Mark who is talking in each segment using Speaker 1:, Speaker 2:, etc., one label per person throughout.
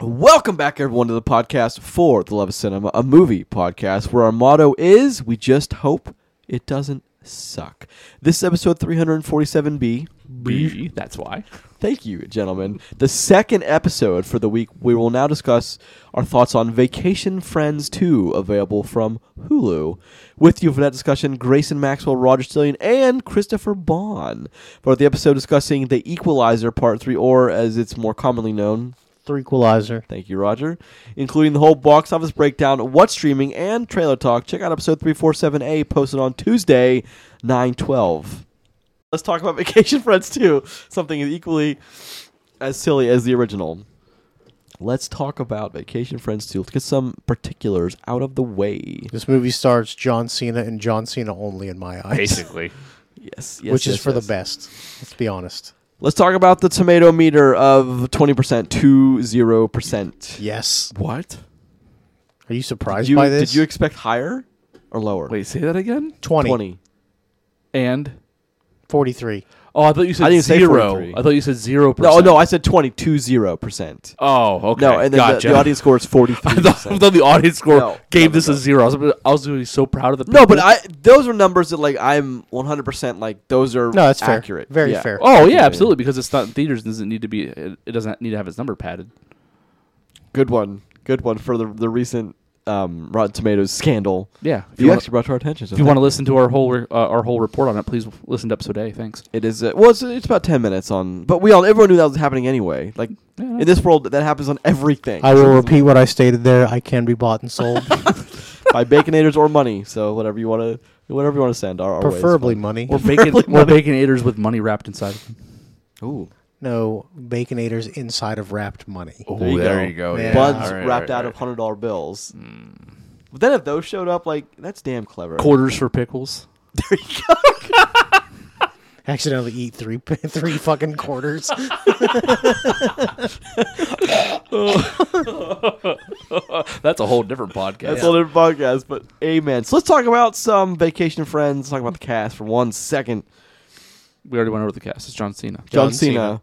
Speaker 1: Welcome back, everyone, to the podcast for the Love of Cinema, a movie podcast where our motto is we just hope it doesn't suck. This is episode 347B.
Speaker 2: B. That's why.
Speaker 1: Thank you, gentlemen. The second episode for the week, we will now discuss our thoughts on Vacation Friends 2, available from Hulu. With you for that discussion, Grayson Maxwell, Roger Stillian, and Christopher Bond. For the episode discussing The Equalizer Part 3, or as it's more commonly known,
Speaker 3: The Equalizer.
Speaker 1: Thank you, Roger. Including the whole box office breakdown, what's streaming, and trailer talk. Check out episode 347A posted on Tuesday, 912. Let's talk about Vacation Friends 2, something equally as silly as the original. Let's talk about Vacation Friends 2. Let's get some particulars out of the way.
Speaker 3: This movie stars John Cena and John Cena only in my eyes,
Speaker 2: Basically.
Speaker 1: Yes, yes
Speaker 3: which is
Speaker 1: yes,
Speaker 3: for
Speaker 1: yes.
Speaker 3: the best. Let's be honest.
Speaker 1: Let's talk about the tomato meter of 20%, 20%.
Speaker 3: Yes.
Speaker 2: what?
Speaker 3: Are you surprised
Speaker 1: You-
Speaker 3: by this?
Speaker 1: Did you expect higher or lower?
Speaker 2: Wait, say that again?
Speaker 3: 20,
Speaker 1: 20.
Speaker 2: And?
Speaker 3: 43.
Speaker 2: Oh, I thought you said
Speaker 1: I didn't say
Speaker 2: zero.
Speaker 1: 43.
Speaker 2: I thought you said zero percent.
Speaker 1: No, no, I said 20 percent.
Speaker 2: Oh, okay.
Speaker 1: No, and then
Speaker 2: gotcha.
Speaker 1: the, the audience score is
Speaker 2: I
Speaker 1: 43.
Speaker 2: thought, I thought the audience score
Speaker 1: No,
Speaker 2: gave
Speaker 1: no,
Speaker 2: this
Speaker 1: no,
Speaker 2: a zero. I was, I was really so proud of the.
Speaker 1: no,
Speaker 2: people.
Speaker 1: but I those are numbers that like I'm 100 percent like those are
Speaker 3: No, that's fair.
Speaker 1: accurate.
Speaker 3: Very
Speaker 1: Yeah.
Speaker 3: fair.
Speaker 2: Oh yeah, absolutely. Because it's not in theaters, it doesn't need to be. It, it doesn't need to have its number padded.
Speaker 1: Good one. Good one for the the recent um, Rotten Tomatoes scandal.
Speaker 2: Yeah. If
Speaker 1: You,
Speaker 2: you, want,
Speaker 1: actually brought to our attention. So
Speaker 2: if you want
Speaker 1: thank-
Speaker 2: to listen to our whole re- uh, our whole report on it, please listen to episode A. Thanks.
Speaker 1: it is uh, well, it's, it's about 10 minutes on, but we all everyone knew that was happening anyway. Like
Speaker 2: Yeah, no.
Speaker 1: in this world, that happens on everything.
Speaker 3: I will
Speaker 1: So it's
Speaker 3: repeat what I stated there. I can be bought and sold,
Speaker 1: by baconators or money. So whatever you want to, whatever you want to send, our, our way is
Speaker 3: preferably
Speaker 1: fine.
Speaker 3: money.
Speaker 2: We're bacon.
Speaker 1: Preferably
Speaker 2: We're
Speaker 1: money.
Speaker 2: baconators with money wrapped inside. of them.
Speaker 1: Ooh,
Speaker 3: No baconators inside of wrapped money.
Speaker 2: Oh,
Speaker 1: There you there go. you
Speaker 3: go, Yeah.
Speaker 1: buns
Speaker 3: All Hmm.
Speaker 1: wrapped out of hundred dollar bills. But then if those showed up, like that's damn clever.
Speaker 2: quarters for pickles.
Speaker 3: Accidentally eat three three fucking quarters.
Speaker 2: That's a whole different podcast.
Speaker 1: That's a whole different podcast, but amen. So let's talk about some vacation friends. Let's talk about the cast for one second.
Speaker 2: we already went over the cast. It's John Cena.
Speaker 1: John,
Speaker 3: John
Speaker 1: Cena.
Speaker 3: Cena.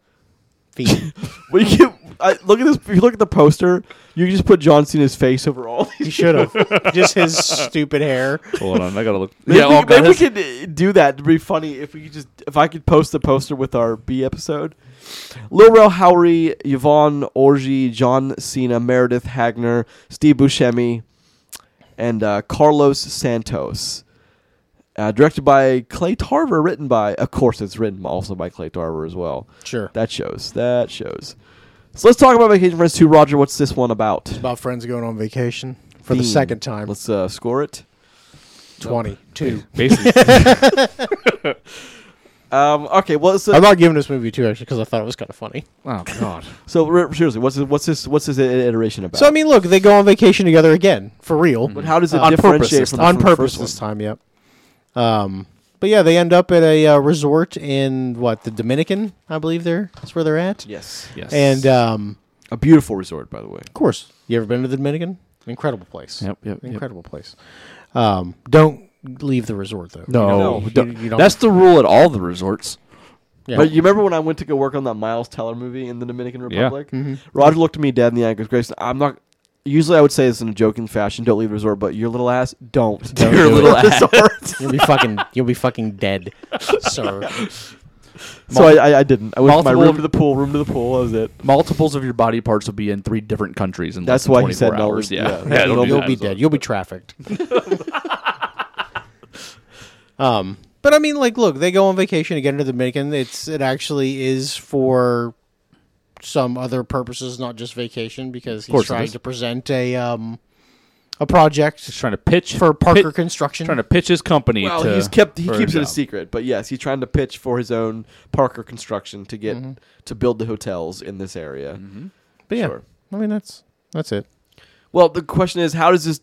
Speaker 3: Feet.
Speaker 1: Well, you can, I, look at this. If you look at the poster, you can just put John Cena's face over all. These.
Speaker 3: He should have just his stupid hair.
Speaker 2: Hold on, I gotta look.
Speaker 1: Maybe,
Speaker 2: yeah, all
Speaker 1: we, maybe we
Speaker 2: guys.
Speaker 1: could uh, do that. It'd be funny if we could just if I could post the poster with our B episode. Lil Rel Howery, Yvonne Orji, John Cena, Meredith Hagner, Steve Buscemi, and uh, Carlos Santos. Uh, directed by Clay Tarver, written by, of course, it's written also by Clay Tarver as well.
Speaker 3: Sure.
Speaker 1: That shows. That shows. So let's talk about Vacation Friends 2. Roger, what's this one about?
Speaker 3: About friends going on vacation for the
Speaker 1: Theme.
Speaker 3: second time.
Speaker 1: Let's uh, score it.
Speaker 3: Twenty two.
Speaker 2: Basically,
Speaker 1: Um, okay, well, so,
Speaker 3: I'm not giving this movie two actually because I thought it was kind of funny.
Speaker 2: oh god.
Speaker 1: So re- seriously, what's this, what's this what's this iteration about?
Speaker 3: So I mean, look, they go on vacation together again for real.
Speaker 1: but how does it
Speaker 3: on purpose
Speaker 1: differentiate
Speaker 3: this
Speaker 1: from
Speaker 3: time. on
Speaker 1: the, from the
Speaker 3: purpose
Speaker 1: first
Speaker 3: this
Speaker 1: one?
Speaker 3: time? Yep. Um, but yeah, they end up at a uh, resort in what the Dominican, I believe. There, that's where they're at.
Speaker 1: Yes,
Speaker 2: Yes.
Speaker 3: And um,
Speaker 1: a beautiful resort, by the way.
Speaker 3: of course, you ever been to the Dominican? Incredible place.
Speaker 2: Yep, yep, yep.
Speaker 3: Incredible place. Um, don't leave the resort though.
Speaker 2: no,
Speaker 1: No,
Speaker 3: you-
Speaker 2: don't-
Speaker 3: you don't-
Speaker 2: that's the rule at all the resorts.
Speaker 3: Yeah.
Speaker 1: But you remember when I went to go work on that Miles Teller movie in the Dominican
Speaker 2: Yeah.
Speaker 1: Republic?
Speaker 3: Mm-hmm.
Speaker 1: Roger looked at me dead in the eye and goes, "Grayson, I'm not." Usually, I would say this in a joking fashion. Don't leave the resort, but your little ass don't.
Speaker 3: Don't
Speaker 2: Your
Speaker 3: do
Speaker 2: little
Speaker 3: it.
Speaker 2: ass.
Speaker 3: You'll be fucking. You'll be fucking dead, sir.
Speaker 1: so I, I, I didn't. I went to my
Speaker 2: Multiple-
Speaker 1: room to the pool. Room to the pool. That was it.
Speaker 2: Multiples of your body parts will be in three different countries in
Speaker 1: That's
Speaker 2: less than
Speaker 1: why he
Speaker 2: 24
Speaker 1: said no.
Speaker 2: hours.
Speaker 1: Yeah.
Speaker 2: Yeah,
Speaker 1: Yeah,
Speaker 2: don't
Speaker 3: you'll,
Speaker 2: do
Speaker 3: you'll
Speaker 2: that.
Speaker 3: be dead. You'll be trafficked. um, but I mean, like, look, they go on vacation again to the Dominican. It's it actually is for some other purposes, not just vacation, because he's
Speaker 2: course it
Speaker 3: trying
Speaker 2: is.
Speaker 3: to present a um a project
Speaker 2: He's trying to pitch
Speaker 3: for Parker
Speaker 2: pit-
Speaker 3: Construction.
Speaker 2: trying to pitch his company.
Speaker 1: Well,
Speaker 2: to,
Speaker 1: he's kept. He
Speaker 2: for
Speaker 1: keeps it a
Speaker 2: job.
Speaker 1: secret. But yes, he's trying to pitch for his own Parker Construction to get to build the hotels in this area.
Speaker 2: Mm-hmm.
Speaker 3: but yeah,
Speaker 1: Sure.
Speaker 3: I mean that's that's it.
Speaker 1: Well, the question is, how does this?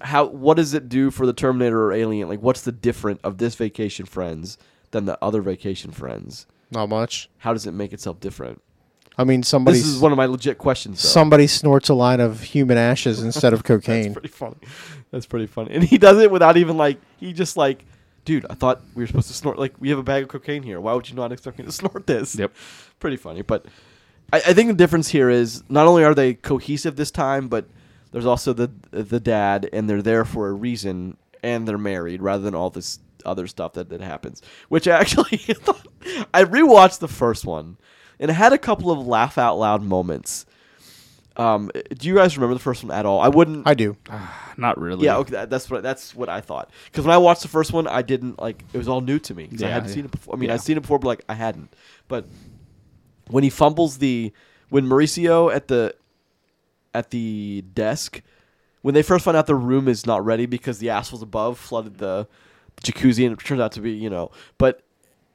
Speaker 1: How what does it do for the Terminator or Alien? Like, what's the different of this Vacation Friends than the other Vacation Friends?
Speaker 3: Not much.
Speaker 1: How does it make itself different?
Speaker 3: I mean, somebody
Speaker 1: This is one of my legit questions. Though.
Speaker 3: somebody snorts a line of human ashes instead of cocaine.
Speaker 1: pretty funny. That's pretty funny, and he does it without even like he just like, dude, I thought we were supposed to snort. Like, we have a bag of cocaine here. Why would you not expect me to snort this?
Speaker 2: Yep.
Speaker 1: pretty funny, but I, I think the difference here is not only are they cohesive this time, but there's also the the dad, and they're there for a reason, and they're married rather than all this other stuff that, that happens. Which actually, I thought- I rewatched the first one, and it had a couple of laugh out loud moments. Um, do you guys remember the first one at all? I wouldn't.
Speaker 4: I do.
Speaker 2: Ah, Not really.
Speaker 1: yeah, okay, that, that's what that's what I thought. Because when I watched the first one, I didn't like it was all new to me 'cause I
Speaker 2: Yeah,
Speaker 1: hadn't
Speaker 2: yeah.
Speaker 1: seen it before. I mean,
Speaker 2: Yeah.
Speaker 1: I'd seen it before, but like I hadn't. But when he fumbles the when Mauricio at the at the desk when they first find out the room is not ready because the assholes above flooded the jacuzzi and it turns out to be you know but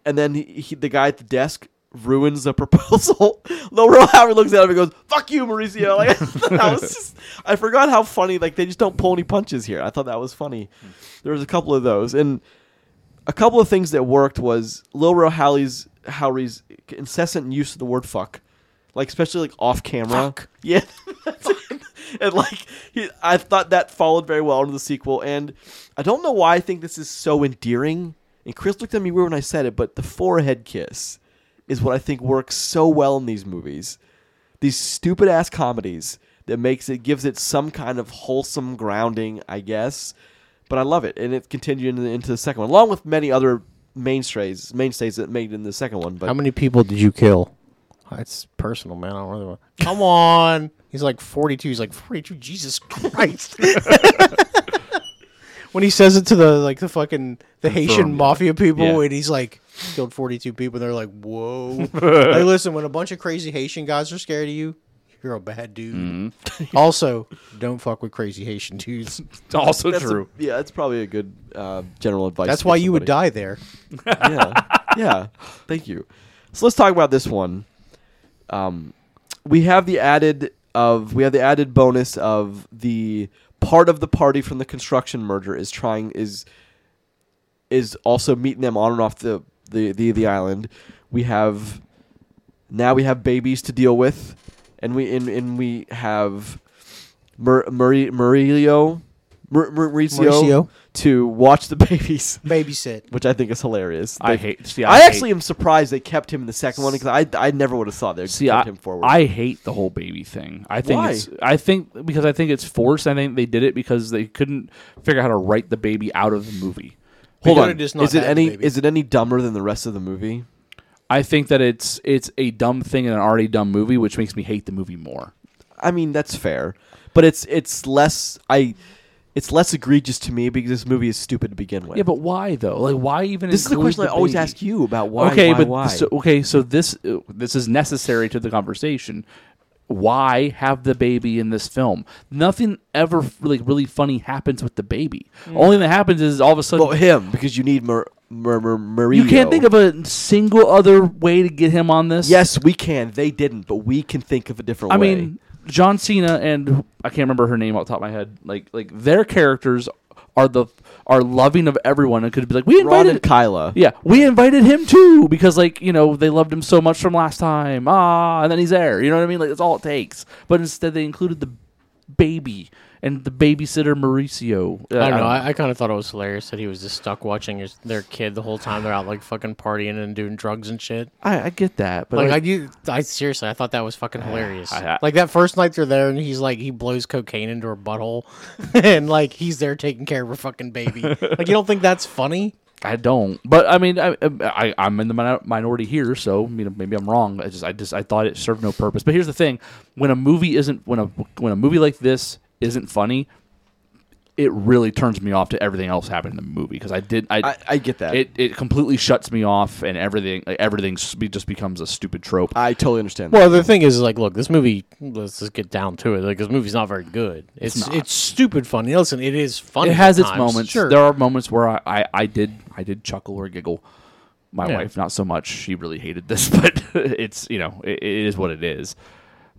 Speaker 1: and then he, he the guy at the desk ruins the proposal. Laurel Howard looks at him and goes, "Fuck you, Mauricio." Like that was just I forgot how funny. Like they just don't pull any punches here. I thought that was funny. There was a couple of those and a couple of things that worked was Laurel Howley's Howry's incessant use of the word fuck. Like especially like off camera. Yeah. and like he, I thought that followed very well into the sequel and I don't know why I think this is so endearing. And Chris looked at me weird when I said it, but the forehead kiss is what I think works so well in these movies. These stupid ass comedies that makes it gives it some kind of wholesome grounding, I guess. But I love it, and it continued into, into the second one, along with many other mainstays mainstays that made it in the second one. But
Speaker 4: How many people did you kill? It's personal, man. I don't really want. Come on. He's like 42. He's like 42. Jesus Christ. when he says it to the like the fucking the Haitian
Speaker 2: Confirmed.
Speaker 4: mafia people,
Speaker 2: Yeah.
Speaker 4: and he's like killed 42 people, and they're like, whoa. hey, listen, when a bunch of crazy Haitian guys are scared of you, you're a bad dude. also, don't fuck with crazy Haitian dudes.
Speaker 2: It's also
Speaker 1: that's a-
Speaker 2: true.
Speaker 1: yeah, that's probably a good uh, general advice.
Speaker 4: That's
Speaker 1: to
Speaker 4: why
Speaker 1: give
Speaker 4: you would
Speaker 1: somebody.
Speaker 4: die there.
Speaker 1: yeah. Yeah. Thank you. So let's talk about this one. Um, we have the added of we have the added bonus of the part of the party from the construction merger is trying is is also meeting them on and off the the the, the island. We have now we have babies to deal with, and we and, and we have Mur- Murray Murillo. Mur- Mur- Mauricio,
Speaker 4: Mauricio.
Speaker 1: to watch the babies,
Speaker 4: Babysit.
Speaker 1: which I think is hilarious.
Speaker 2: I
Speaker 1: They-
Speaker 2: hate. See,
Speaker 1: I,
Speaker 2: I, hate-
Speaker 1: actually am surprised they kept him in the second one because I I never would have thought they
Speaker 2: see.
Speaker 1: kept
Speaker 2: I,
Speaker 1: him forward.
Speaker 2: I hate the whole baby thing. I think
Speaker 1: Why?
Speaker 2: it's. I think because I think it's forced. I think they did it because they couldn't figure out how to write the baby out of the movie.
Speaker 1: Hold
Speaker 4: We
Speaker 1: on,
Speaker 4: gotta just not
Speaker 1: is it
Speaker 4: have the
Speaker 1: any
Speaker 4: baby.
Speaker 1: is it any dumber than the rest of the movie?
Speaker 2: I think that it's it's a dumb thing in an already dumb movie, which makes me hate the movie more.
Speaker 1: I mean that's fair, but it's it's less I it's less egregious to me because this movie is stupid to begin with.
Speaker 2: Yeah, but why though? Like, why even?
Speaker 1: this is the
Speaker 2: include
Speaker 1: question I always
Speaker 2: baby?
Speaker 1: ask you about why.
Speaker 2: okay,
Speaker 1: why,
Speaker 2: but
Speaker 1: why?
Speaker 2: So, okay, so this uh, this is necessary to the conversation. Why have the baby in this film? Nothing ever f- like really funny happens with the baby. Only thing that happens is all of a sudden
Speaker 1: well, him because you need Mar- Mar- Mar- Mario.
Speaker 2: you can't think of a single other way to get him on this.
Speaker 1: Yes, we can. They didn't, but we can think of a different
Speaker 2: I
Speaker 1: way.
Speaker 2: mean John Cena and I can't remember her name off the top of my head. Like like their characters are the are loving of everyone and could be like we
Speaker 1: Ron
Speaker 2: invited
Speaker 1: and Kyla.
Speaker 2: Yeah, we invited him too because like you know they loved him so much from last time. Ah, and then he's there. You know what I mean? Like that's all it takes. But instead, they included the baby and the babysitter Mauricio. Uh,
Speaker 3: I don't know. I, I kind of thought it was hilarious that he was just stuck watching his, their kid the whole time. They're out like fucking partying and doing drugs and shit.
Speaker 2: I, I get that, but
Speaker 3: Like,
Speaker 2: like,
Speaker 3: I, you, I seriously, I thought that was fucking hilarious.
Speaker 2: I- I-
Speaker 3: like that first night they're there and he's like, he blows cocaine into her butthole, and like he's there taking care of her fucking baby. like you don't think that's funny?
Speaker 2: I, don't. But I mean, I, I I'm in the minor- minority here, so you know maybe I'm wrong. I just I just I thought it served no purpose. But here's the thing: when a movie isn't when a when a movie like this isn't funny. It really turns me off to everything else happening in the movie because I did. I,
Speaker 1: I, I get that.
Speaker 2: it it completely shuts me off and everything like, everything s- be- just becomes a stupid trope.
Speaker 1: I totally understand. that.
Speaker 3: Well, the thing is, like, look, this movie. Let's just get down to it. Like, this movie's not very good. It's it's,
Speaker 2: not.
Speaker 3: stupid funny. Listen, it is funny.
Speaker 2: it has
Speaker 3: at
Speaker 2: its
Speaker 3: times.
Speaker 2: moments.
Speaker 3: Sure.
Speaker 2: There are moments where I, I, I did I did chuckle or giggle. My
Speaker 3: Yeah.
Speaker 2: wife not so much. She really hated this, but it's you know it, it is what it is.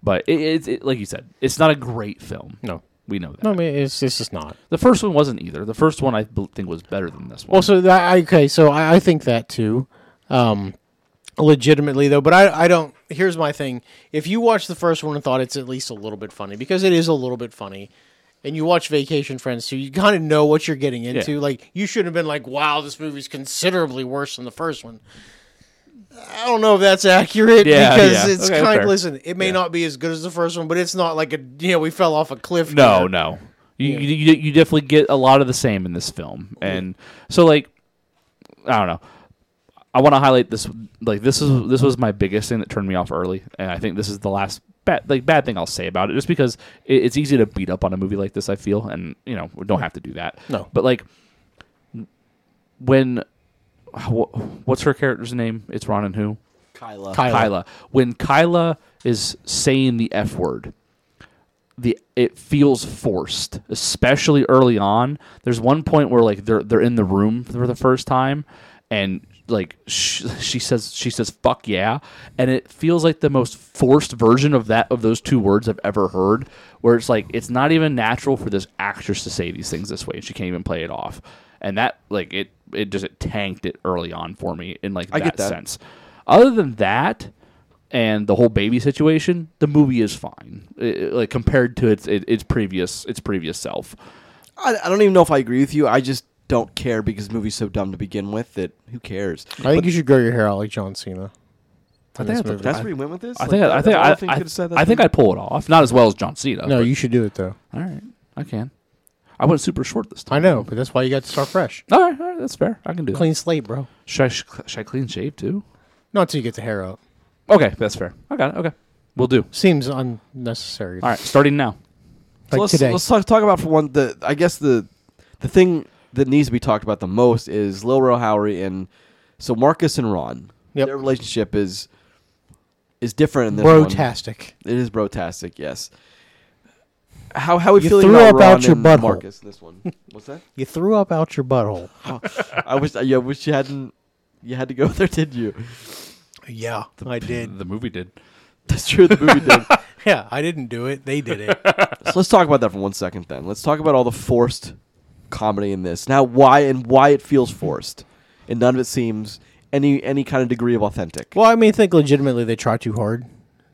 Speaker 2: But it, it's it, like you said, it's not a great film.
Speaker 3: no,
Speaker 2: We know that.
Speaker 3: no, I mean, it's it's just not.
Speaker 2: the first one wasn't either. The first one I bel- think was better than this one.
Speaker 3: Well, so that I- okay, so I, I think that too, um, legitimately though. But I, I don't. Here's my thing: if you watch the first one and thought it's at least a little bit funny, because it is a little bit funny, and you watch Vacation Friends too, you kind of know what you're getting into. Like you should have been like, "Wow, this movie's considerably worse than the first one." I don't know if that's accurate
Speaker 2: Yeah,
Speaker 3: because
Speaker 2: yeah.
Speaker 3: it's
Speaker 2: Okay,
Speaker 3: kind.
Speaker 2: fair.
Speaker 3: Listen, it may not be as good as the first one, but it's not like a you know we fell off a cliff.
Speaker 2: No,
Speaker 3: here.
Speaker 2: no. You, you you definitely get a lot of the same in this film, and so like I don't know. I want to highlight this. Like this is this was my biggest thing that turned me off early, and I think this is the last bad like bad thing I'll say about it, just because it, it's easy to beat up on a movie like this. I feel, and you know, we don't have to do that.
Speaker 3: No.
Speaker 2: but like when wh- what's her character's name? It's Ron and who?
Speaker 1: Kyla.
Speaker 2: Kyla. When Kyla is saying the F word, the it feels forced, especially early on. There's one point where like they're they're in the room for the first time, and like sh- she says she says fuck yeah, and it feels like the most forced version of that of those two words I've ever heard. Where it's like it's not even natural for this actress to say these things this way, and she can't even play it off. And that like it it just it tanked it early on for me in like
Speaker 1: I
Speaker 2: that,
Speaker 1: get that.
Speaker 2: sense. Other than that, and the whole baby situation, the movie is fine. I- I- like compared to its it, its previous its previous self.
Speaker 1: I, I don't even know if I agree with you. I just don't care because the movie's so dumb to begin with that who cares?
Speaker 3: I think you should grow your hair out like John Cena.
Speaker 2: I
Speaker 3: this
Speaker 2: think I,
Speaker 3: movie.
Speaker 1: That's where you went with this.
Speaker 2: I think I think I, I, I think I'd pull it off. Not as well as John Cena.
Speaker 3: No,
Speaker 2: but-
Speaker 3: you should do it though.
Speaker 2: all right. I can. I went super short this time.
Speaker 3: I know, but that's why you got to start fresh,
Speaker 2: All right, all right that's fair. I can do
Speaker 3: clean slate, bro.
Speaker 2: that. Should I, should I clean shave too?
Speaker 3: Not until you get the hair out.
Speaker 2: Okay, that's fair. I got it. Okay, we'll do.
Speaker 3: Seems unnecessary.
Speaker 2: All right, starting now.
Speaker 3: Like
Speaker 1: let's,
Speaker 3: today.
Speaker 1: let's talk, talk about for one the I guess the the thing that needs to be talked about the most is Lil Ro Howery and so Marcus and Ron.
Speaker 3: Yep.
Speaker 1: Their relationship is is different in this one.
Speaker 3: Brotastic.
Speaker 1: It is brotastic, yes. How how we
Speaker 3: You
Speaker 1: feeling
Speaker 3: threw
Speaker 1: about
Speaker 3: up out
Speaker 1: Ron
Speaker 3: your
Speaker 1: and
Speaker 3: butthole.
Speaker 1: Marcus in this one? What's that?
Speaker 3: You threw up out your butthole.
Speaker 1: I wish yeah, I wish you hadn't you had to go there, did you?
Speaker 3: Yeah, I did.
Speaker 2: The movie did.
Speaker 1: That's true. The movie did.
Speaker 3: Yeah, I didn't do it. They did it.
Speaker 1: So let's talk about that for one second. Then let's talk about all the forced comedy in this. Now, why and why it feels forced, and none of it seems any any kind of degree of authentic.
Speaker 3: well, I mean, I think legitimately they try too hard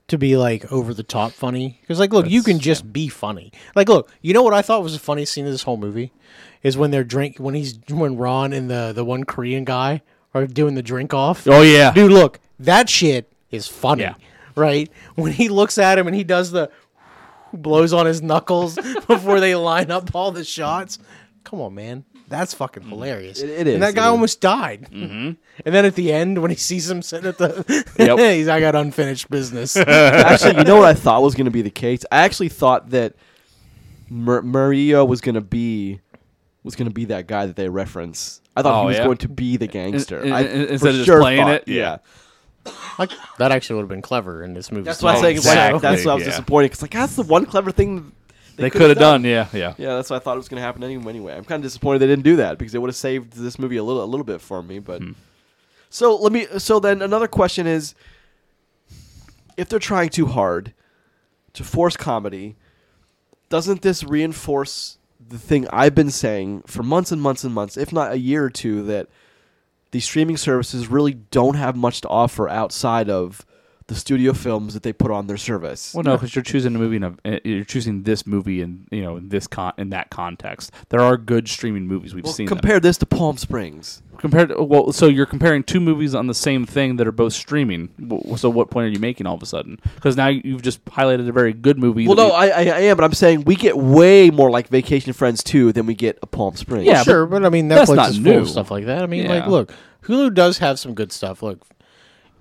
Speaker 3: to be like over the top funny. Because like, look, you can just be funny. Like, look, you know what I thought was the funniest scene of this whole movie is when they're drink when he's when Ron and the the one Korean guy are doing the drink off.
Speaker 2: Oh yeah.
Speaker 3: Dude, look, that shit is funny,
Speaker 2: Yeah.
Speaker 3: right? When he looks at him and he does the blows on his knuckles before they line up all the shots. Come on, man. That's fucking hilarious.
Speaker 1: It- it is,
Speaker 3: And that guy
Speaker 1: it is.
Speaker 3: almost died. Mm-hmm. And then at the end, when he sees him sitting at the,
Speaker 2: Yep.
Speaker 3: he's I got unfinished business.
Speaker 1: actually, you know what I thought was going to be the case. I actually thought that Mur- Maria was going to be was going to be that guy that they reference. I thought
Speaker 2: Oh,
Speaker 1: he was
Speaker 2: yeah?
Speaker 1: going to be the gangster.
Speaker 2: in-
Speaker 1: I
Speaker 2: in-
Speaker 1: for
Speaker 2: instead of just
Speaker 1: sure
Speaker 2: playing
Speaker 1: thought-
Speaker 2: it? Yeah.
Speaker 3: like, that actually would have been clever in this movie.
Speaker 1: That's why I
Speaker 2: Oh,
Speaker 1: say it's like-
Speaker 2: exactly,
Speaker 1: that's why I was
Speaker 2: yeah.
Speaker 1: disappointed because like that's the one clever thing
Speaker 2: They, could have done. Yeah, yeah.
Speaker 1: Yeah, that's what I thought it was going to happen anyway. anyway. I'm kind of disappointed they didn't do that because it would have saved this movie a little a little bit for me. But
Speaker 2: Hmm.
Speaker 1: so let me. So then another question is, if they're trying too hard to force comedy, doesn't this reinforce the thing I've been saying for months and months and months, if not a year or two, that these streaming services really don't have much to offer outside of the studio films that they put on their service?
Speaker 2: Well, no, because you're choosing a movie. In a, uh, you're choosing this movie in you know in this con in that context. There are good streaming movies we've
Speaker 1: Well,
Speaker 2: seen.
Speaker 1: compare this to Palm Springs.
Speaker 2: them. compared to, well, so you're comparing two movies on the same thing that are both streaming. W- So what point are you making all of a sudden? Because now you've just highlighted a very good movie.
Speaker 1: Well,
Speaker 2: that
Speaker 1: no,
Speaker 2: we-
Speaker 1: I, I I am, but I'm saying we get way more like Vacation Friends too than we get a Palm Springs.
Speaker 2: Yeah,
Speaker 3: sure, but, I mean
Speaker 2: that's
Speaker 3: Netflix
Speaker 2: not
Speaker 3: is full
Speaker 2: new.
Speaker 3: of stuff like that. I mean,
Speaker 2: Yeah.
Speaker 3: like, look, Hulu does have some good stuff. Look,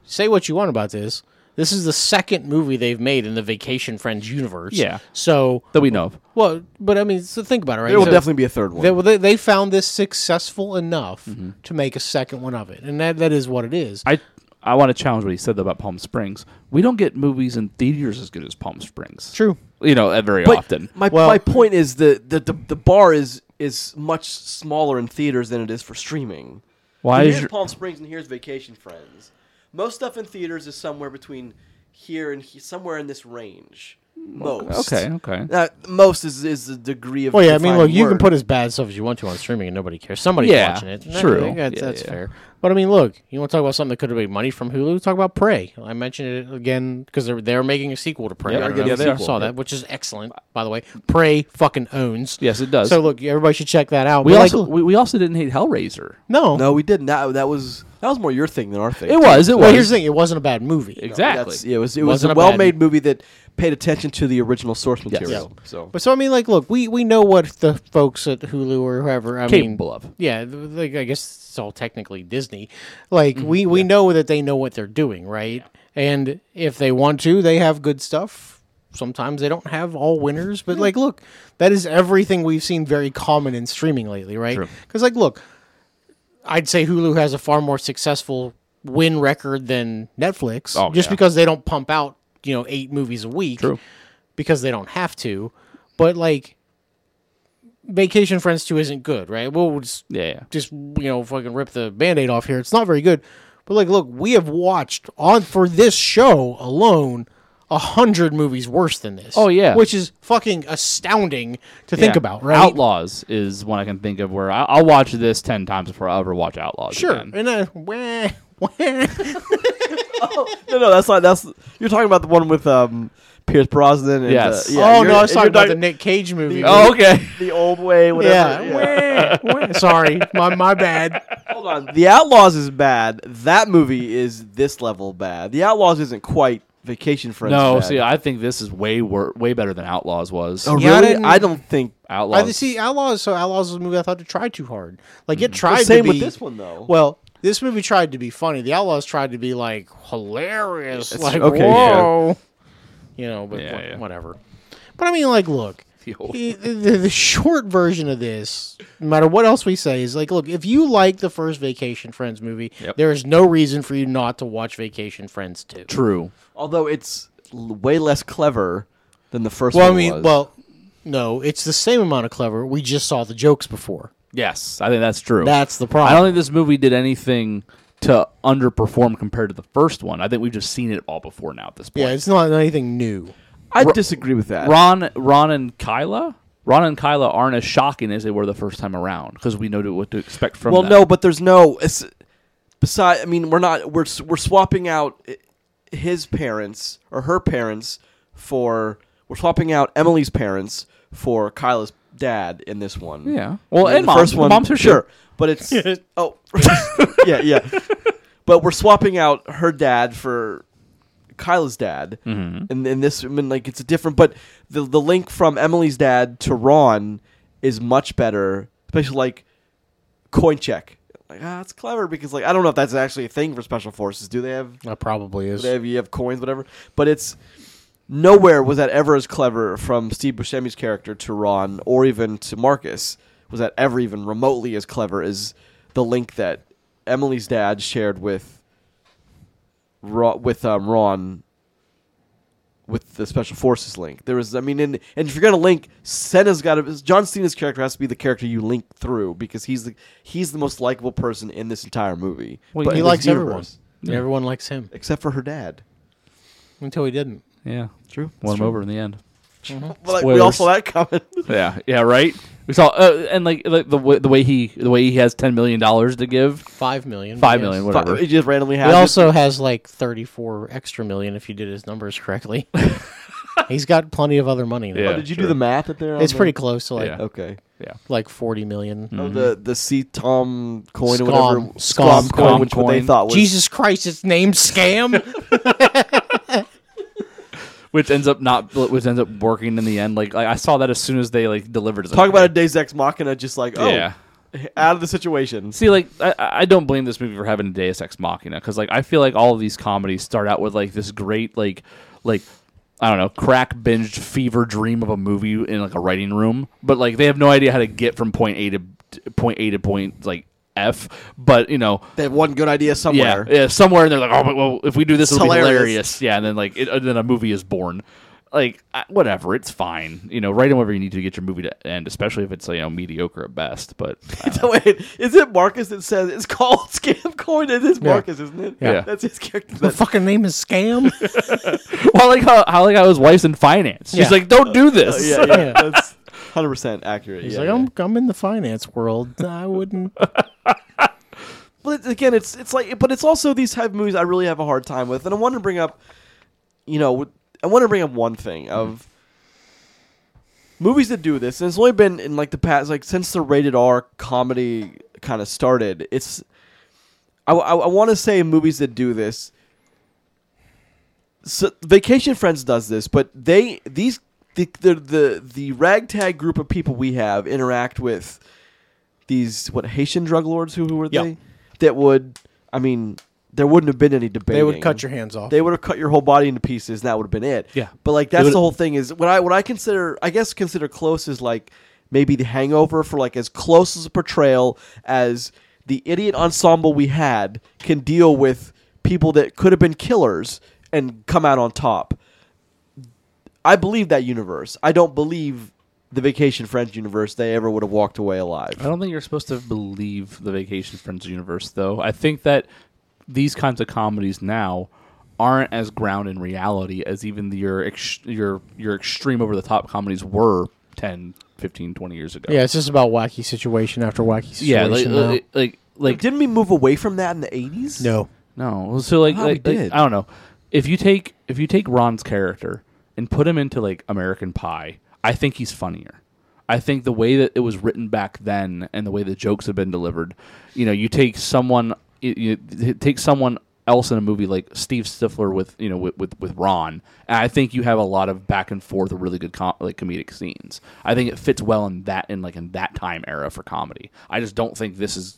Speaker 3: say what you want about this. This is the second movie they've made in the Vacation Friends universe.
Speaker 2: Yeah.
Speaker 3: So,
Speaker 2: that we know of.
Speaker 3: well, but I mean, so think about it, right?
Speaker 1: there will
Speaker 3: So
Speaker 1: definitely be a third one.
Speaker 3: They, well, they, they found this successful enough to make a second one of it, and that, that is what it is.
Speaker 2: I I want to challenge what he said though about Palm Springs. We don't get movies in theaters as good as Palm Springs.
Speaker 3: True.
Speaker 2: You know, uh, very
Speaker 1: but
Speaker 2: often.
Speaker 1: my
Speaker 3: Well-
Speaker 1: my point is the, the the the bar is is much smaller in theaters than it is for streaming.
Speaker 2: Why
Speaker 1: here's
Speaker 2: is your,
Speaker 1: Palm Springs and here's Vacation Friends. Most stuff in theaters is somewhere between here and he, somewhere in this range. Most
Speaker 2: okay? Okay.
Speaker 1: Uh, most is is the degree of.
Speaker 3: Well, yeah, I mean,
Speaker 1: defined
Speaker 3: look, you can
Speaker 1: word.
Speaker 3: put as bad stuff as you want to on streaming, and nobody cares. Somebody's
Speaker 2: Yeah,
Speaker 3: watching it.
Speaker 2: true.
Speaker 3: That- That's,
Speaker 2: Yeah, yeah.
Speaker 3: fair. But I mean, look, you want to talk about something that could have made money from Hulu? Talk about Prey. I mentioned it again because they're they're making a sequel to Prey.
Speaker 2: Yeah,
Speaker 3: I don't
Speaker 2: yeah,
Speaker 3: know if
Speaker 2: they
Speaker 3: you
Speaker 2: are.
Speaker 3: saw that, which is excellent, by the way. Prey fucking owns.
Speaker 2: Yes, it does.
Speaker 3: So look, everybody should check that out.
Speaker 2: we
Speaker 3: But, like,
Speaker 2: also we, we also didn't hate Hellraiser.
Speaker 3: no,
Speaker 1: No, we didn't. That, that was that was more your thing than our thing.
Speaker 2: It was. It was.
Speaker 3: Well, here's the thing: it wasn't a bad movie.
Speaker 2: exactly.
Speaker 1: That's- yeah, it was. It was
Speaker 3: Wasn't
Speaker 1: a
Speaker 3: a bad-
Speaker 1: well-made movie that paid attention to the original source material. So
Speaker 3: But so I mean, like, look, we we know what the folks at Hulu or whoever I
Speaker 2: Capable
Speaker 3: mean,
Speaker 2: of.
Speaker 3: Yeah, th- like I guess it's all technically Disney. Like
Speaker 2: Mm-hmm.
Speaker 3: we we know that they know what they're doing, right? And if they want to, they have good stuff. Sometimes they don't have all winners, but like, look, that is everything we've seen very common in streaming lately, right? Because like, look, I'd say Hulu has a far more successful win record than Netflix,
Speaker 2: Oh,
Speaker 3: just
Speaker 2: yeah.
Speaker 3: because they don't pump out you know eight movies a week,
Speaker 2: True.
Speaker 3: because they don't have to. But like, Vacation Friends Two isn't good, right? We'll just
Speaker 2: Yeah, yeah.
Speaker 3: just you know fucking rip the band-aid off here it's not very good but like look we have watched on for this show alone a hundred movies worse than this
Speaker 2: Oh, yeah.
Speaker 3: which is fucking astounding to think
Speaker 2: Yeah.
Speaker 3: about right
Speaker 2: Outlaws is one I can think of where I, I'll watch this ten times before I ever watch Outlaws.
Speaker 3: sure
Speaker 2: again.
Speaker 3: and uh, wah, wah.
Speaker 1: no, no, that's not. That's you're talking about the one with um, Pierce Brosnan. And,
Speaker 2: Yes.
Speaker 1: Uh, yeah,
Speaker 3: oh
Speaker 1: you're-
Speaker 3: no i was
Speaker 1: and
Speaker 3: talking
Speaker 1: you're
Speaker 3: about the nick cage movie
Speaker 2: Oh, okay.
Speaker 1: the old way.
Speaker 3: yeah,
Speaker 1: Whatever.
Speaker 3: wah, wah. sorry my, my bad
Speaker 1: Hold on. The Outlaws is bad. That movie is this level bad. The Outlaws isn't quite Vacation Friends.
Speaker 2: No,
Speaker 1: bad.
Speaker 2: see, I think this is way wor- way better than Outlaws was.
Speaker 1: oh,
Speaker 3: Yeah, I
Speaker 1: really?
Speaker 3: didn't-
Speaker 1: I, don't think.
Speaker 2: Outlaws. Mm-hmm.
Speaker 3: i see outlaws so outlaws was a movie i thought to try too hard like it tried
Speaker 1: Same
Speaker 3: to be
Speaker 1: with this one though.
Speaker 3: Well, this movie tried to be funny. The Outlaws tried to be like hilarious,
Speaker 1: It's-
Speaker 3: like
Speaker 1: okay,
Speaker 3: whoa, you know, but
Speaker 2: Yeah,
Speaker 3: wha-
Speaker 2: yeah.
Speaker 3: whatever. But I mean, like, look,
Speaker 2: The old-
Speaker 3: i- the, the, the short version of this, no matter what else we say, is like, look, if you like the first Vacation Friends movie,
Speaker 2: Yep.
Speaker 3: there is no reason for you not to watch Vacation Friends too.
Speaker 2: True.
Speaker 1: although it's l- way less clever than the first.
Speaker 3: Well, I
Speaker 1: one
Speaker 3: mean,
Speaker 1: was.
Speaker 3: well, no, it's the same amount of clever. We just saw the jokes before.
Speaker 2: Yes, I think that's true.
Speaker 3: That's the
Speaker 2: I
Speaker 3: problem.
Speaker 2: don't think this movie did anything to underperform compared to the first one. I think we've just seen it all before now at this point.
Speaker 3: Yeah, it's not anything new.
Speaker 1: I disagree with that.
Speaker 2: Ron, Ron and Kyla, Ron and Kyla aren't as shocking as they were the first time around because we know to- what to expect from.
Speaker 1: Well,
Speaker 2: them.
Speaker 1: no, but there's no. It's, beside, I mean, we're not. We're s- we're swapping out i- his parents or her parents for. We're swapping out Emily's parents for Kyla's dad in this one.
Speaker 2: Yeah. Well,
Speaker 1: In
Speaker 2: and mom. The mom's here, too.
Speaker 1: sure, but it's oh, yeah, yeah. But we're swapping out her dad for Kyla's dad,
Speaker 2: Mm-hmm.
Speaker 1: and and this I mean like it's a different. But the the link from Emily's dad to Ron is much better, especially like coin check. Like ah, it's clever because like I don't know if that's actually a thing for special forces. Do they have
Speaker 3: That Uh, probably is.
Speaker 1: they have you have coins whatever? But it's nowhere was that ever as clever from Steve Buscemi's character to Ron or even to Marcus was that ever even remotely as clever as the link that Emily's dad shared with Ro- with um, Ron with the special forces link. There was, I mean, and, and if you're gonna link, Cena's got to John Cena's character has to be the character you link through because he's the he's the most likable person in this entire movie.
Speaker 2: Well,
Speaker 1: But
Speaker 3: He
Speaker 1: in this
Speaker 3: likes everyone.
Speaker 1: universe,
Speaker 3: Everyone likes him
Speaker 1: except for her dad.
Speaker 3: until he didn't.
Speaker 2: Yeah.
Speaker 1: True.
Speaker 2: Won him over in the end.
Speaker 1: Well, like, we all saw that coming.
Speaker 2: Yeah. Yeah. Right. We saw, uh, and like, like the way, the way he the way he has ten million dollars to give,
Speaker 3: Five million.
Speaker 2: five
Speaker 3: yes.
Speaker 2: million,
Speaker 1: Fuck,
Speaker 2: whatever.
Speaker 1: It just randomly
Speaker 3: He
Speaker 1: happened.
Speaker 3: also has like 34 extra million if you did his numbers correctly. He's got plenty of other money. now.
Speaker 2: Yeah,
Speaker 1: did you
Speaker 2: sure.
Speaker 1: do the math at there? on
Speaker 3: It's
Speaker 1: the-
Speaker 3: pretty close to like
Speaker 2: Yeah. Hmm.
Speaker 1: Okay.
Speaker 3: like 40 million.
Speaker 1: Oh, the the C Tom coin
Speaker 3: Scum.
Speaker 1: or whatever
Speaker 3: Scum.
Speaker 1: Scum coin,
Speaker 2: Scum
Speaker 1: which what they
Speaker 2: coin.
Speaker 1: thought was
Speaker 3: Jesus Christ, it's named scam.
Speaker 2: which ends up not which ends up working in the end. Like I, I saw that as soon as they like delivered. it.
Speaker 1: Talk about a Deus Ex Machina, just like oh,
Speaker 2: Yeah.
Speaker 1: out of the situation.
Speaker 2: See, like I, I don't blame this movie for having a Deus Ex Machina because like I feel like all of these comedies start out with like this great like like I don't know crack binged fever dream of a movie in like a writing room, but like they have no idea how to get from point A to to point A to point like F. But you know.
Speaker 1: They had one good idea
Speaker 2: Yeah,
Speaker 1: somewhere.
Speaker 2: yeah, somewhere, and they're like, "Oh, but, well, if we do this,
Speaker 1: It's
Speaker 2: it'll be
Speaker 1: hilarious."
Speaker 2: hilarious." Yeah, and then like, it, and then a movie is born. Like, I- whatever, it's fine. You know, write in whatever you need to get your movie to end, especially if it's you know mediocre at best. But uh, I don't know.
Speaker 1: Wait, is it Marcus that says it's called Scam Coin? It is Marcus, isn't it?
Speaker 2: Yeah.
Speaker 1: that's his character.
Speaker 3: the fucking name is scam.
Speaker 2: Well, like how, how like how his wife's in finance. She's
Speaker 3: Yeah.
Speaker 2: like, don't do this.
Speaker 1: Uh, yeah, yeah,
Speaker 3: Yeah.
Speaker 1: that's hundred percent accurate.
Speaker 3: He's
Speaker 1: yeah,
Speaker 3: like,
Speaker 1: yeah.
Speaker 3: I'm, I'm in the finance world. I wouldn't.
Speaker 1: But it's, again, it's it's like, but it's also these type of movies I really have a hard time with, and I want to bring up, you know, I want to bring up one thing of
Speaker 3: Mm-hmm.
Speaker 1: movies that do this, and it's only been in like the past, like since the rated R comedy kind of started. It's I want to say movies that do this. So Vacation Friends does this, but they these the the the, the ragtag group of people we have interact with these what Haitian drug lords who who were
Speaker 4: Yeah.
Speaker 1: they that would I mean there wouldn't have been any debate.
Speaker 3: They would cut your hands off.
Speaker 1: They would have cut your whole body into pieces. and That would have been it.
Speaker 2: Yeah.
Speaker 1: But like
Speaker 2: They
Speaker 1: that's
Speaker 2: would-
Speaker 1: the whole thing is what I what I consider I guess consider close is like maybe the Hangover for like as close as a portrayal as the idiot ensemble we had can deal with people that could have been killers and come out on top. I believe that universe. I don't believe the Vacation Friends universe. They ever would have walked away alive.
Speaker 2: I don't think you're supposed to believe the Vacation Friends universe, though. I think that these kinds of comedies now aren't as grounded in reality as even the, your ex- your your extreme over the top comedies were 10, 15, 20 years ago.
Speaker 3: yeah, it's just about wacky situation after wacky situation.
Speaker 2: yeah, like
Speaker 3: now.
Speaker 2: like, like like
Speaker 1: Didn't we move away from that in the eighties?
Speaker 3: no.
Speaker 2: No, well, so like,
Speaker 1: Oh, we
Speaker 2: like- like,
Speaker 1: did.
Speaker 2: I don't know. If you take if you take Ron's character and put him into like American Pie, I think he's funnier. I think the way that it was written back then and the way the jokes have been delivered, you know, you take someone you, you take someone else in a movie like Steve Stifler with you know with, with, with Ron, and I think you have a lot of back and forth of really good com- like comedic scenes. I think it fits well in that in like in that time era for comedy. I just don't think this is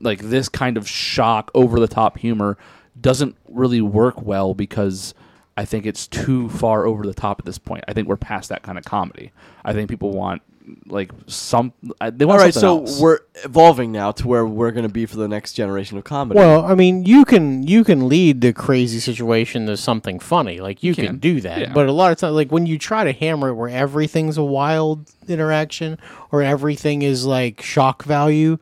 Speaker 2: like this kind of shock over the top humor doesn't really work well because I think it's too far over the top at this point. I think we're past that kind of comedy. I think people want like some I- they
Speaker 1: All
Speaker 2: want
Speaker 1: right,
Speaker 2: something
Speaker 1: so
Speaker 2: else.
Speaker 1: we're evolving now to where we're going to be for the next generation of comedy.
Speaker 3: Well, I mean, you can you can lead the crazy situation to something funny. Like you can,
Speaker 2: can.
Speaker 3: do that.
Speaker 2: Yeah.
Speaker 3: But a lot of times, like when you try to hammer it where everything's a wild interaction or everything is like shock value,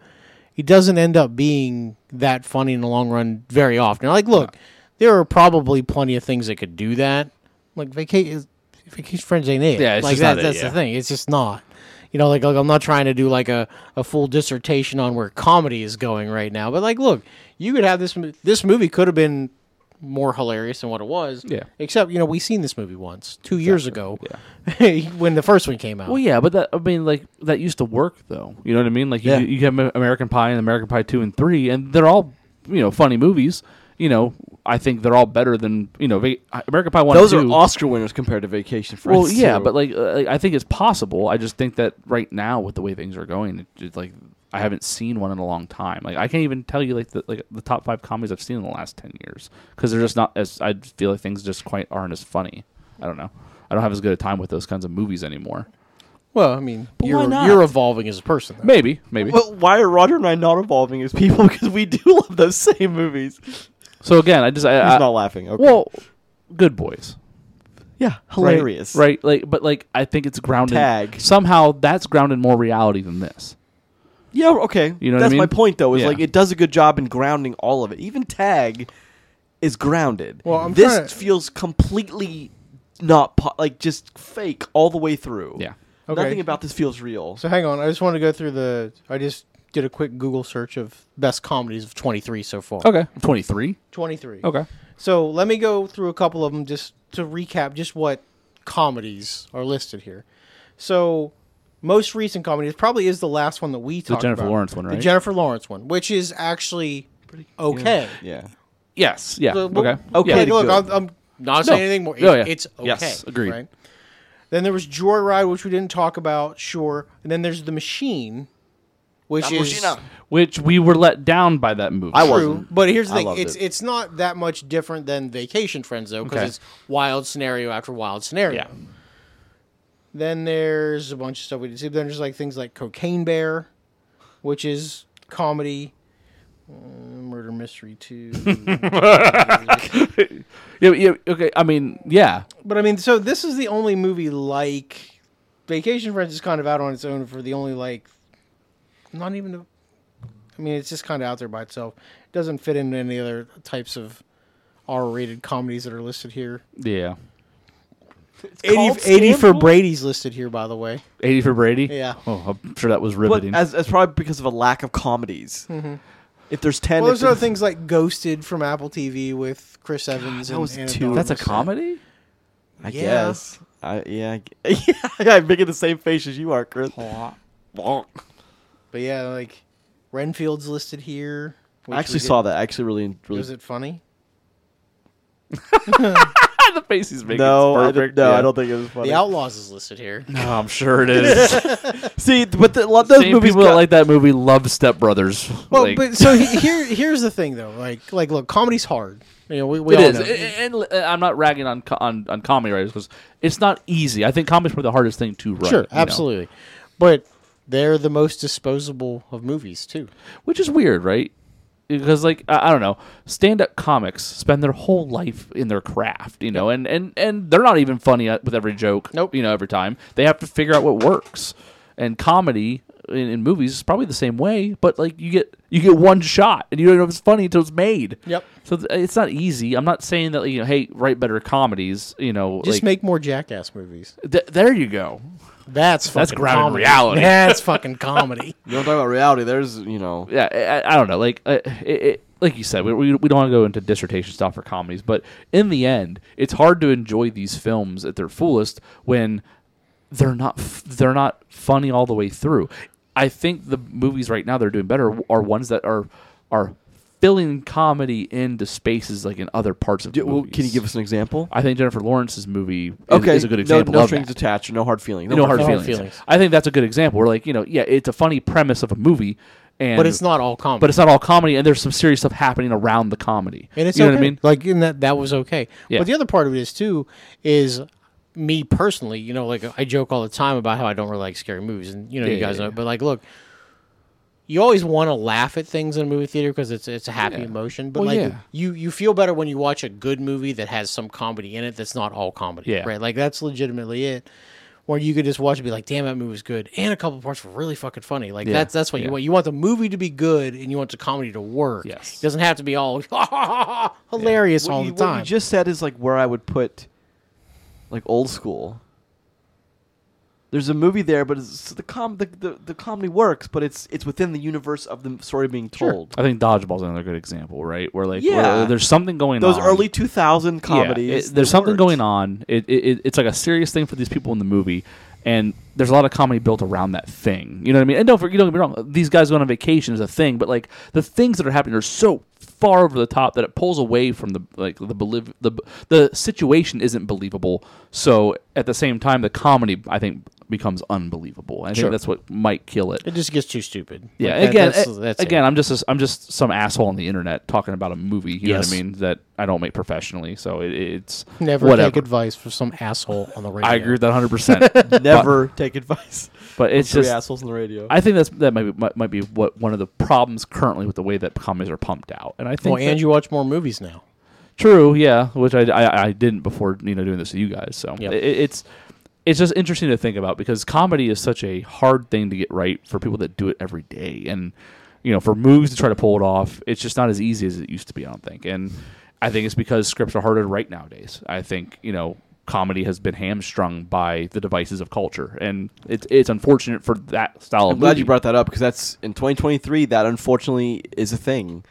Speaker 3: it doesn't end up being that funny in the long run very often. Like, look, there are probably plenty of things that could do that. Like vacation, vacation friends ain't it.
Speaker 2: Yeah, it's
Speaker 3: like
Speaker 2: just
Speaker 3: that,
Speaker 2: not it,
Speaker 3: that's
Speaker 2: yeah.
Speaker 3: the thing. It's just not. You know, like, like I'm not trying to do like a, a full dissertation on where comedy is going right now, but like, look, you could have this mo- this movie could have been more hilarious than what it was.
Speaker 2: Yeah.
Speaker 3: Except you know we seen this movie once two years ago, when the first one came out.
Speaker 2: well, yeah, but that I mean, like that used to work though. You know what I mean? Like you,
Speaker 1: Yeah.
Speaker 2: you have American Pie and American Pie two and three, and they're all you know funny movies. You know, I think they're all better than you know Va- American Pie one.
Speaker 1: Those
Speaker 2: and
Speaker 1: are
Speaker 2: two,
Speaker 1: Oscar winners compared to Vacation Friends.
Speaker 2: Well, yeah,
Speaker 1: too.
Speaker 2: but like, uh, like, I think it's possible. I just think that right now, with the way things are going, it, it's like I haven't seen one in a long time. Like I can't even tell you like the like the top five comedies I've seen in the last ten years because they're just not as I just feel like things just quite aren't as funny. I don't know. I don't have as good a time with those kinds of movies anymore.
Speaker 3: Well, I mean,
Speaker 1: why
Speaker 3: you're
Speaker 1: not?
Speaker 3: you're evolving as a person. Though.
Speaker 2: Maybe, maybe.
Speaker 1: Well, why are Roger and I not evolving as people? Because we do love those same movies. He's
Speaker 2: so again, I just I, I
Speaker 1: not laughing. Okay.
Speaker 2: Uh, well, good boys.
Speaker 1: yeah,
Speaker 2: Right?
Speaker 1: hilarious.
Speaker 2: right? Like, but like I think it's grounded
Speaker 1: Tag.
Speaker 2: somehow. That's grounded in more reality than this.
Speaker 1: Yeah. Okay.
Speaker 2: You know what I
Speaker 1: That's my
Speaker 2: mean?
Speaker 1: point, though. Is
Speaker 2: Yeah.
Speaker 1: like it does a good job in grounding all of it. Even Tag is grounded.
Speaker 3: Well, I'm
Speaker 1: this
Speaker 3: trying to-
Speaker 1: feels completely not po- like just fake all the way through.
Speaker 2: Yeah.
Speaker 3: Okay.
Speaker 1: Nothing about this feels real.
Speaker 3: So hang on, I just want to go through the. I just did a quick Google search of best comedies of 23 so far.
Speaker 2: Okay. Twenty three.
Speaker 3: 23.
Speaker 2: Okay.
Speaker 3: So let me go through a couple of them just to recap just what comedies are listed here. So most recent comedy it probably is the last one that we talked
Speaker 2: Jennifer
Speaker 3: about.
Speaker 2: Lawrence one, right?
Speaker 3: The Jennifer Lawrence one, which is actually okay.
Speaker 1: Yeah.
Speaker 2: Yes. Yeah.
Speaker 3: So, well,
Speaker 2: okay.
Speaker 1: okay.
Speaker 2: Yeah.
Speaker 1: Pretty
Speaker 3: look,
Speaker 1: good.
Speaker 3: I'm, I'm not saying
Speaker 2: No. Oh,
Speaker 3: anything more. It-
Speaker 2: Yeah, yeah.
Speaker 3: It's okay.
Speaker 2: Yes, agreed.
Speaker 3: Right? Then there was Joyride, which we didn't talk about, sure. And then there's The Machine, which is
Speaker 2: which we were let down by that movie.
Speaker 1: I
Speaker 3: true.
Speaker 1: wasn't.
Speaker 3: But here's the
Speaker 1: I
Speaker 3: thing:
Speaker 1: loved
Speaker 3: it's
Speaker 1: it.
Speaker 3: it's not that much different than Vacation Friends though, because
Speaker 2: Okay.
Speaker 3: it's wild scenario after wild scenario.
Speaker 2: Yeah.
Speaker 3: Then there's a bunch of stuff we did. see. Then there's like things like Cocaine Bear, which is comedy, uh, murder mystery too.
Speaker 2: Yeah, yeah, okay. I mean, yeah.
Speaker 3: but I mean, so this is the only movie like Vacation Friends is kind of out on its own for the only like, not even the. I mean, it's just kind of out there by itself. It doesn't fit into any other types of R-rated comedies that are listed here.
Speaker 2: Yeah.
Speaker 3: 80,
Speaker 1: called
Speaker 3: 80 for
Speaker 1: Scandal?
Speaker 3: Brady's listed here, by the way.
Speaker 2: 80 for Brady?
Speaker 3: Yeah.
Speaker 2: Oh, I'm sure that was
Speaker 1: But
Speaker 2: riveting.
Speaker 1: as, as probably because of a lack of comedies. If there's ten,
Speaker 4: Well,
Speaker 1: if
Speaker 4: there's other
Speaker 1: there's-
Speaker 4: things like Ghosted from Apple TV with Chris Evans.
Speaker 1: that
Speaker 4: and
Speaker 1: was
Speaker 4: Anna
Speaker 1: too-
Speaker 4: de
Speaker 2: That's a
Speaker 4: Armas.
Speaker 2: comedy.
Speaker 1: I
Speaker 4: yeah.
Speaker 1: guess. I, yeah, I g- yeah, I'm making the same face as you are, Chris.
Speaker 4: But yeah, like Renfield's listed here. which
Speaker 1: I actually
Speaker 4: we did-
Speaker 1: saw that. I actually really, really.
Speaker 4: Was it funny?
Speaker 2: Ah, the face he's making.
Speaker 1: no,
Speaker 2: is
Speaker 1: I don't,
Speaker 2: perfect.
Speaker 1: no,
Speaker 2: Yeah.
Speaker 1: I don't think it was funny.
Speaker 4: The Outlaws is listed here.
Speaker 2: No, I'm sure it is.
Speaker 1: See, but the, lo- those
Speaker 2: Same
Speaker 1: movies
Speaker 2: people that
Speaker 1: got-
Speaker 2: like that movie love Step Brothers.
Speaker 4: Well,
Speaker 2: Like,
Speaker 4: but so he- here, here's the thing though. Like, like look, comedy's hard. You know, we, we
Speaker 2: it
Speaker 4: all
Speaker 2: is,
Speaker 4: know.
Speaker 2: and, and- and I'm not ragging on co- on, on comedy writers because it's not easy. I think comedy's probably the hardest thing to write.
Speaker 3: sure,
Speaker 2: you know?
Speaker 3: absolutely.
Speaker 4: but they're the most disposable of movies too.
Speaker 2: which is weird, right? Because like I, I don't know, stand-up comics spend their whole life in their craft, you know, and and and they're not even funny at- with every joke.
Speaker 4: Nope.
Speaker 2: you know, every time they have to figure out what works. And comedy in, in movies is probably the same way, but like you get you get one shot, and you don't know if it's funny until it's made.
Speaker 4: Yep.
Speaker 2: So th- it's not easy. I'm not saying that you know, hey, write better comedies. You know,
Speaker 4: Just
Speaker 2: like,
Speaker 4: make more jackass movies.
Speaker 2: th- there you go.
Speaker 3: That's fucking
Speaker 2: That's grounded in
Speaker 3: comedy.
Speaker 2: reality.
Speaker 3: That's fucking comedy.
Speaker 1: You want to talk about reality? There's, you know,
Speaker 2: yeah, I, I don't know. Like, uh, it, it, like you said, we, we, we don't want to go into dissertation stuff for comedies, but in the end, it's hard to enjoy these films at their fullest when they're not f- they're not funny all the way through. I think the movies right now they're doing better are ones that are are filling comedy into spaces like in other parts of.
Speaker 1: do,
Speaker 2: the
Speaker 1: well,
Speaker 2: movies.
Speaker 1: can you give us an example?
Speaker 2: I think Jennifer Lawrence's movie is,
Speaker 1: okay,
Speaker 2: is a good example
Speaker 1: No, no
Speaker 2: of
Speaker 1: strings
Speaker 2: that
Speaker 1: attached, no hard feelings.
Speaker 2: no, hard, feelings.
Speaker 3: feelings.
Speaker 2: I think that's a good example. Where like you know, yeah, it's a funny premise of a movie, and
Speaker 3: But it's not all comedy.
Speaker 2: but it's not all comedy, and there's some serious stuff happening around the comedy.
Speaker 3: and it's
Speaker 2: you know
Speaker 3: okay.
Speaker 2: what I mean?
Speaker 3: Like in that that was okay.
Speaker 2: Yeah.
Speaker 3: But the other part of it is too is me personally. You know, like I joke all the time about how I don't really like scary movies, and you know,
Speaker 2: Yeah,
Speaker 3: you
Speaker 2: yeah,
Speaker 3: guys know.
Speaker 2: yeah.
Speaker 3: it. But like, look, you always want to laugh at things in a movie theater because it's it's a happy emotion. But
Speaker 2: Well,
Speaker 3: like,
Speaker 2: yeah.
Speaker 3: you you feel better when you watch a good movie that has some comedy in it. That's not all comedy.
Speaker 2: Yeah.
Speaker 3: Right. Like that's legitimately it. Where you could just watch and be like, "Damn, that movie was good," and a couple parts were really fucking funny. Like that's that's what
Speaker 2: yeah.
Speaker 3: you want. You want the movie to be good, and you want the comedy to work.
Speaker 2: Yes.
Speaker 3: It doesn't have to be all hilarious
Speaker 1: What
Speaker 3: all
Speaker 1: you,
Speaker 3: the time.
Speaker 1: What you just said is like where I would put, like old school. There's a movie there, but it's, the com the, the, the comedy works, but it's it's within the universe of the story being told.
Speaker 2: I think Dodgeball's another good example, right? Where like
Speaker 1: Yeah.
Speaker 2: where there's something going
Speaker 1: Those
Speaker 2: on.
Speaker 1: early two thousand
Speaker 2: Yeah,
Speaker 1: comedies.
Speaker 2: it- there's something going on. It, it, it it's like a serious thing for these people in the movie, and there's a lot of comedy built around that thing. You know what I mean? And don't forget, don't get me wrong. These guys going on vacation is a thing, but like the things that are happening are so far over the top that it pulls away from the like the believe the the situation isn't believable. So at the same time, the comedy I think becomes unbelievable. I think that's what might kill it.
Speaker 3: it just gets too stupid.
Speaker 2: Yeah,
Speaker 3: Like, that-
Speaker 2: again,
Speaker 3: that's-
Speaker 2: a-
Speaker 3: that's it.
Speaker 2: again, I'm just a, I'm just some asshole on the internet talking about a movie. You know
Speaker 3: Yes.
Speaker 2: what I mean? That I don't make professionally, so it, it's
Speaker 3: Never
Speaker 2: whatever.
Speaker 3: take advice from some asshole on the radio.
Speaker 2: I agree with that 100. percent
Speaker 1: on. Never take advice.
Speaker 2: But it's
Speaker 1: Three
Speaker 2: just
Speaker 1: assholes on the radio.
Speaker 2: I think that's that might be, might, might be what one of the problems currently with the way that comedies are pumped out. And I think
Speaker 3: Well, and
Speaker 2: that-
Speaker 3: you watch more movies now.
Speaker 2: true, yeah, which I, I I didn't before you know doing this to you guys. So
Speaker 3: Yeah.
Speaker 2: it, it's. It's just interesting to think about because comedy is such a hard thing to get right for people that do it every day, and you know, for movies to try to pull it off, it's just not as easy as it used to be. I don't think, and I think it's because scripts are harder to write nowadays. I think you know, comedy has been hamstrung by the devices of culture, and it's it's unfortunate for that style
Speaker 1: I'm
Speaker 2: of
Speaker 1: glad
Speaker 2: movie.
Speaker 1: you brought that up because that's in 2023. That unfortunately is a thing.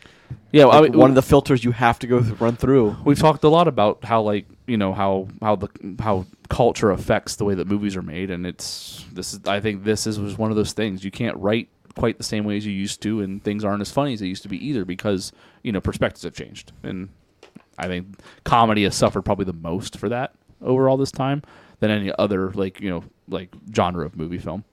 Speaker 2: Yeah, well, Oh, I
Speaker 1: Like,
Speaker 2: mean,
Speaker 1: one of the filters you have to go th- run through.
Speaker 2: we've talked a lot about how like you know how how the how culture affects the way that movies are made, and it's this is I think this is was one of those things you can't write quite the same way as you used to, and things aren't as funny as they used to be either because you know perspectives have changed, and I think comedy has suffered probably the most for that over all this time than any other like you know like genre of movie film.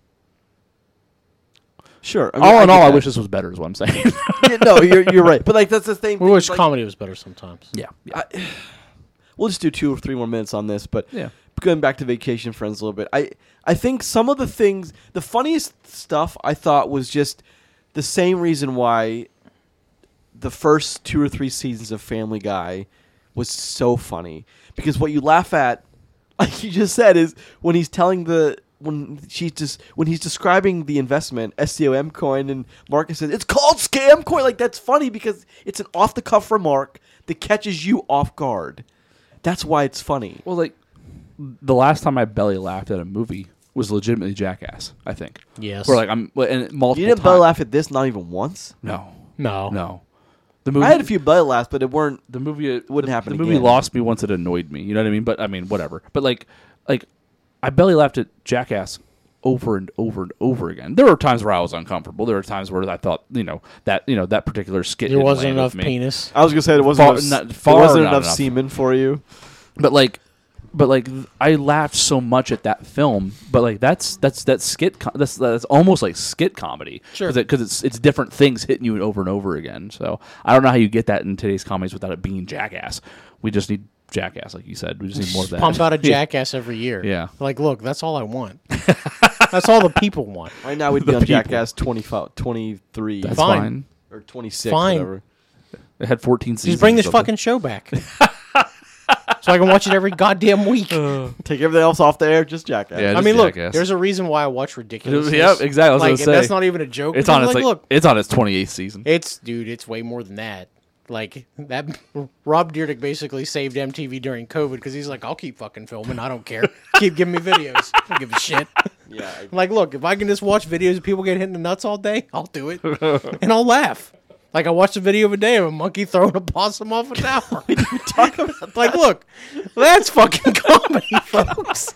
Speaker 1: Sure. I mean,
Speaker 2: all in
Speaker 1: get
Speaker 2: all, I
Speaker 1: that.
Speaker 2: wish this was better. Is what I'm saying.
Speaker 1: Yeah, no, you're you're right. But like that's the thing.
Speaker 3: We wish
Speaker 1: like,
Speaker 3: comedy was better sometimes.
Speaker 2: yeah, yeah,
Speaker 1: we'll just do two or three more minutes on this. But
Speaker 2: yeah.
Speaker 1: going back to vacation friends a little bit, I I think some of the things, the funniest stuff I thought was just the same reason why the first two or three seasons of Family Guy was so funny because what you laugh at, like you just said, is when he's telling the when she's just when he's describing the investment SCOM coin and Marcus says it's called scam coin like that's funny because it's an off the cuff remark that catches you off guard. That's why it's funny.
Speaker 2: Well, like the last time I belly laughed at a movie was legitimately Jackass. I think.
Speaker 3: Yes.
Speaker 2: Or like I'm and multiple.
Speaker 1: You didn't
Speaker 2: time-
Speaker 1: belly laugh at this not even once.
Speaker 2: No.
Speaker 3: No.
Speaker 2: No, the movie.
Speaker 1: I had a few Bud laughs, but it weren't.
Speaker 2: the movie it
Speaker 1: Wouldn't
Speaker 2: the,
Speaker 1: happen
Speaker 2: The movie
Speaker 1: again.
Speaker 2: lost me once it annoyed me. You know what I mean? But I mean, whatever. But like, like I belly laughed at Jackass over and over and over again. There were times where I was uncomfortable. There were times where I thought, you know, that you know that particular skit
Speaker 3: There
Speaker 2: didn't
Speaker 3: wasn't
Speaker 2: land with
Speaker 3: enough
Speaker 2: me.
Speaker 3: penis.
Speaker 1: I was gonna say it wasn't.
Speaker 2: Far-
Speaker 1: enough,
Speaker 2: not-
Speaker 1: there
Speaker 2: far
Speaker 1: wasn't
Speaker 2: not
Speaker 1: enough,
Speaker 2: enough.
Speaker 1: semen for you.
Speaker 2: But like, but like I laughed so much at that film. But like that's that's that's skit. Com- that's that's almost like skit comedy.
Speaker 3: Sure.
Speaker 2: Because it's it's different things hitting you over and over again. So I don't know how you get that in today's comedies without it being Jackass. We just need Jackass, like you said. We just need more of that.
Speaker 3: Pump out a jackass every year.
Speaker 2: Yeah.
Speaker 3: Like, look, that's all I want. that's all the people want.
Speaker 1: Right now we'd be on Jackass 25, 23
Speaker 2: That's
Speaker 3: Fine.
Speaker 2: fine.
Speaker 1: or twenty six.
Speaker 3: Fine.
Speaker 1: Whatever.
Speaker 2: It had 14 seasons.
Speaker 3: Just bring
Speaker 2: or
Speaker 3: this
Speaker 2: something.
Speaker 3: fucking show back. so I can watch it every goddamn week.
Speaker 1: Take everything else off the air. Just Jackass.
Speaker 2: Yeah,
Speaker 3: I
Speaker 2: just
Speaker 3: mean,
Speaker 2: Uh,
Speaker 3: look,
Speaker 2: Jackass.
Speaker 3: there's a reason why I watch ridiculous.
Speaker 2: Yep, exactly. I was
Speaker 3: Like,
Speaker 2: gonna
Speaker 3: and that's
Speaker 2: say.
Speaker 3: not even a joke.
Speaker 2: It's
Speaker 3: because,
Speaker 2: on its like,
Speaker 3: like, look,
Speaker 2: it's on its 28th season.
Speaker 3: it's dude, it's way more than that. Like that, Rob Dyrdek basically saved MTV during COVID because he's like, I'll keep fucking filming. I don't care. keep giving me videos. I don't give a shit.
Speaker 1: Yeah, I-
Speaker 3: Like, look, if I can just watch videos of people get hit in the nuts all day, I'll do it, and I'll laugh. Like I watched a video of a day of a monkey throwing a possum off a tower. like, look, that's fucking comedy, folks.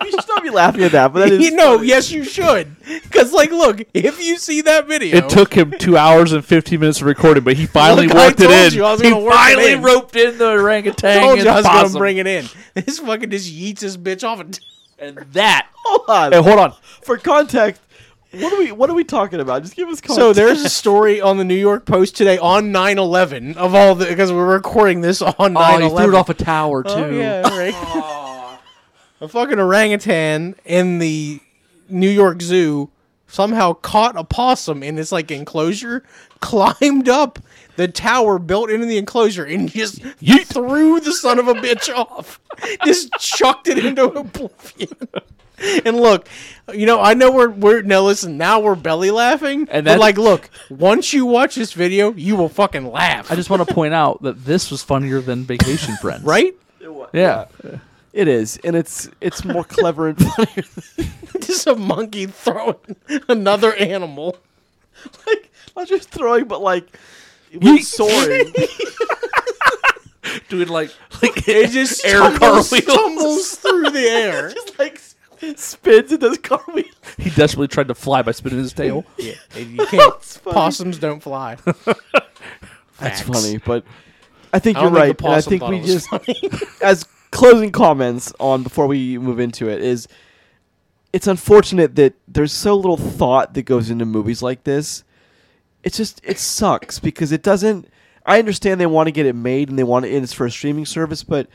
Speaker 1: you should not be laughing at that, but that is.
Speaker 3: you know, yes, you should. Because, like, look, if you see that video,
Speaker 2: It took him two hours and 15 minutes of recording, but he finally
Speaker 3: Look, I
Speaker 2: worked it
Speaker 3: told
Speaker 2: in.
Speaker 3: you I was
Speaker 2: he
Speaker 3: gonna work it
Speaker 2: finally
Speaker 3: in.
Speaker 2: roped in the orangutan.
Speaker 3: told
Speaker 2: and
Speaker 3: you I was
Speaker 2: possum.
Speaker 3: gonna bring it in. This fucking just yeets this bitch off. And
Speaker 2: and that.
Speaker 1: Hold on.
Speaker 2: Hey, hold on.
Speaker 1: For context, what are we? What are we talking about? Just give us context.
Speaker 3: so there's a story on the New York Post today on 9/11 of all the because we're recording this on
Speaker 2: Oh,
Speaker 3: 9/11.
Speaker 2: a tower too.
Speaker 3: Oh, yeah, right. a fucking orangutan in the New York Zoo somehow caught a possum in this like enclosure, climbed up the tower built into the enclosure, and just threw the son of a bitch off. Just chucked it into oblivion. And look, you know, I know we're we're now listen, now we're belly laughing.
Speaker 2: And
Speaker 3: And
Speaker 2: that-
Speaker 3: but like look, once you watch this video, you will fucking laugh.
Speaker 2: I just want to point out that this was funnier than Vacation Friends.
Speaker 3: right?
Speaker 2: Yeah.
Speaker 1: it is, and it's it's more clever and funnier.
Speaker 3: Just a monkey throwing another animal.
Speaker 1: Like not just throwing, but like when soaring.
Speaker 2: Dude, like, like
Speaker 3: It just
Speaker 2: air
Speaker 3: tumbles,
Speaker 2: cartwheels.
Speaker 3: tumbles through the air.
Speaker 1: just like spins and does cartwheels.
Speaker 2: He desperately tried to fly by spinning his tail.
Speaker 3: yeah, you can't.
Speaker 1: funny.
Speaker 3: Possums don't fly.
Speaker 1: That's
Speaker 3: Facts.
Speaker 1: funny, but I think
Speaker 3: I
Speaker 1: you're
Speaker 3: don't
Speaker 1: right,
Speaker 3: think the
Speaker 1: and I
Speaker 3: possum
Speaker 1: think
Speaker 3: thought
Speaker 1: we
Speaker 3: it was
Speaker 1: just as closing comments on before we move into it is it's unfortunate that there's so little thought that goes into movies like this. It's just it sucks because it doesn't. I understand they want to get it made and they want it and it's for a streaming service, but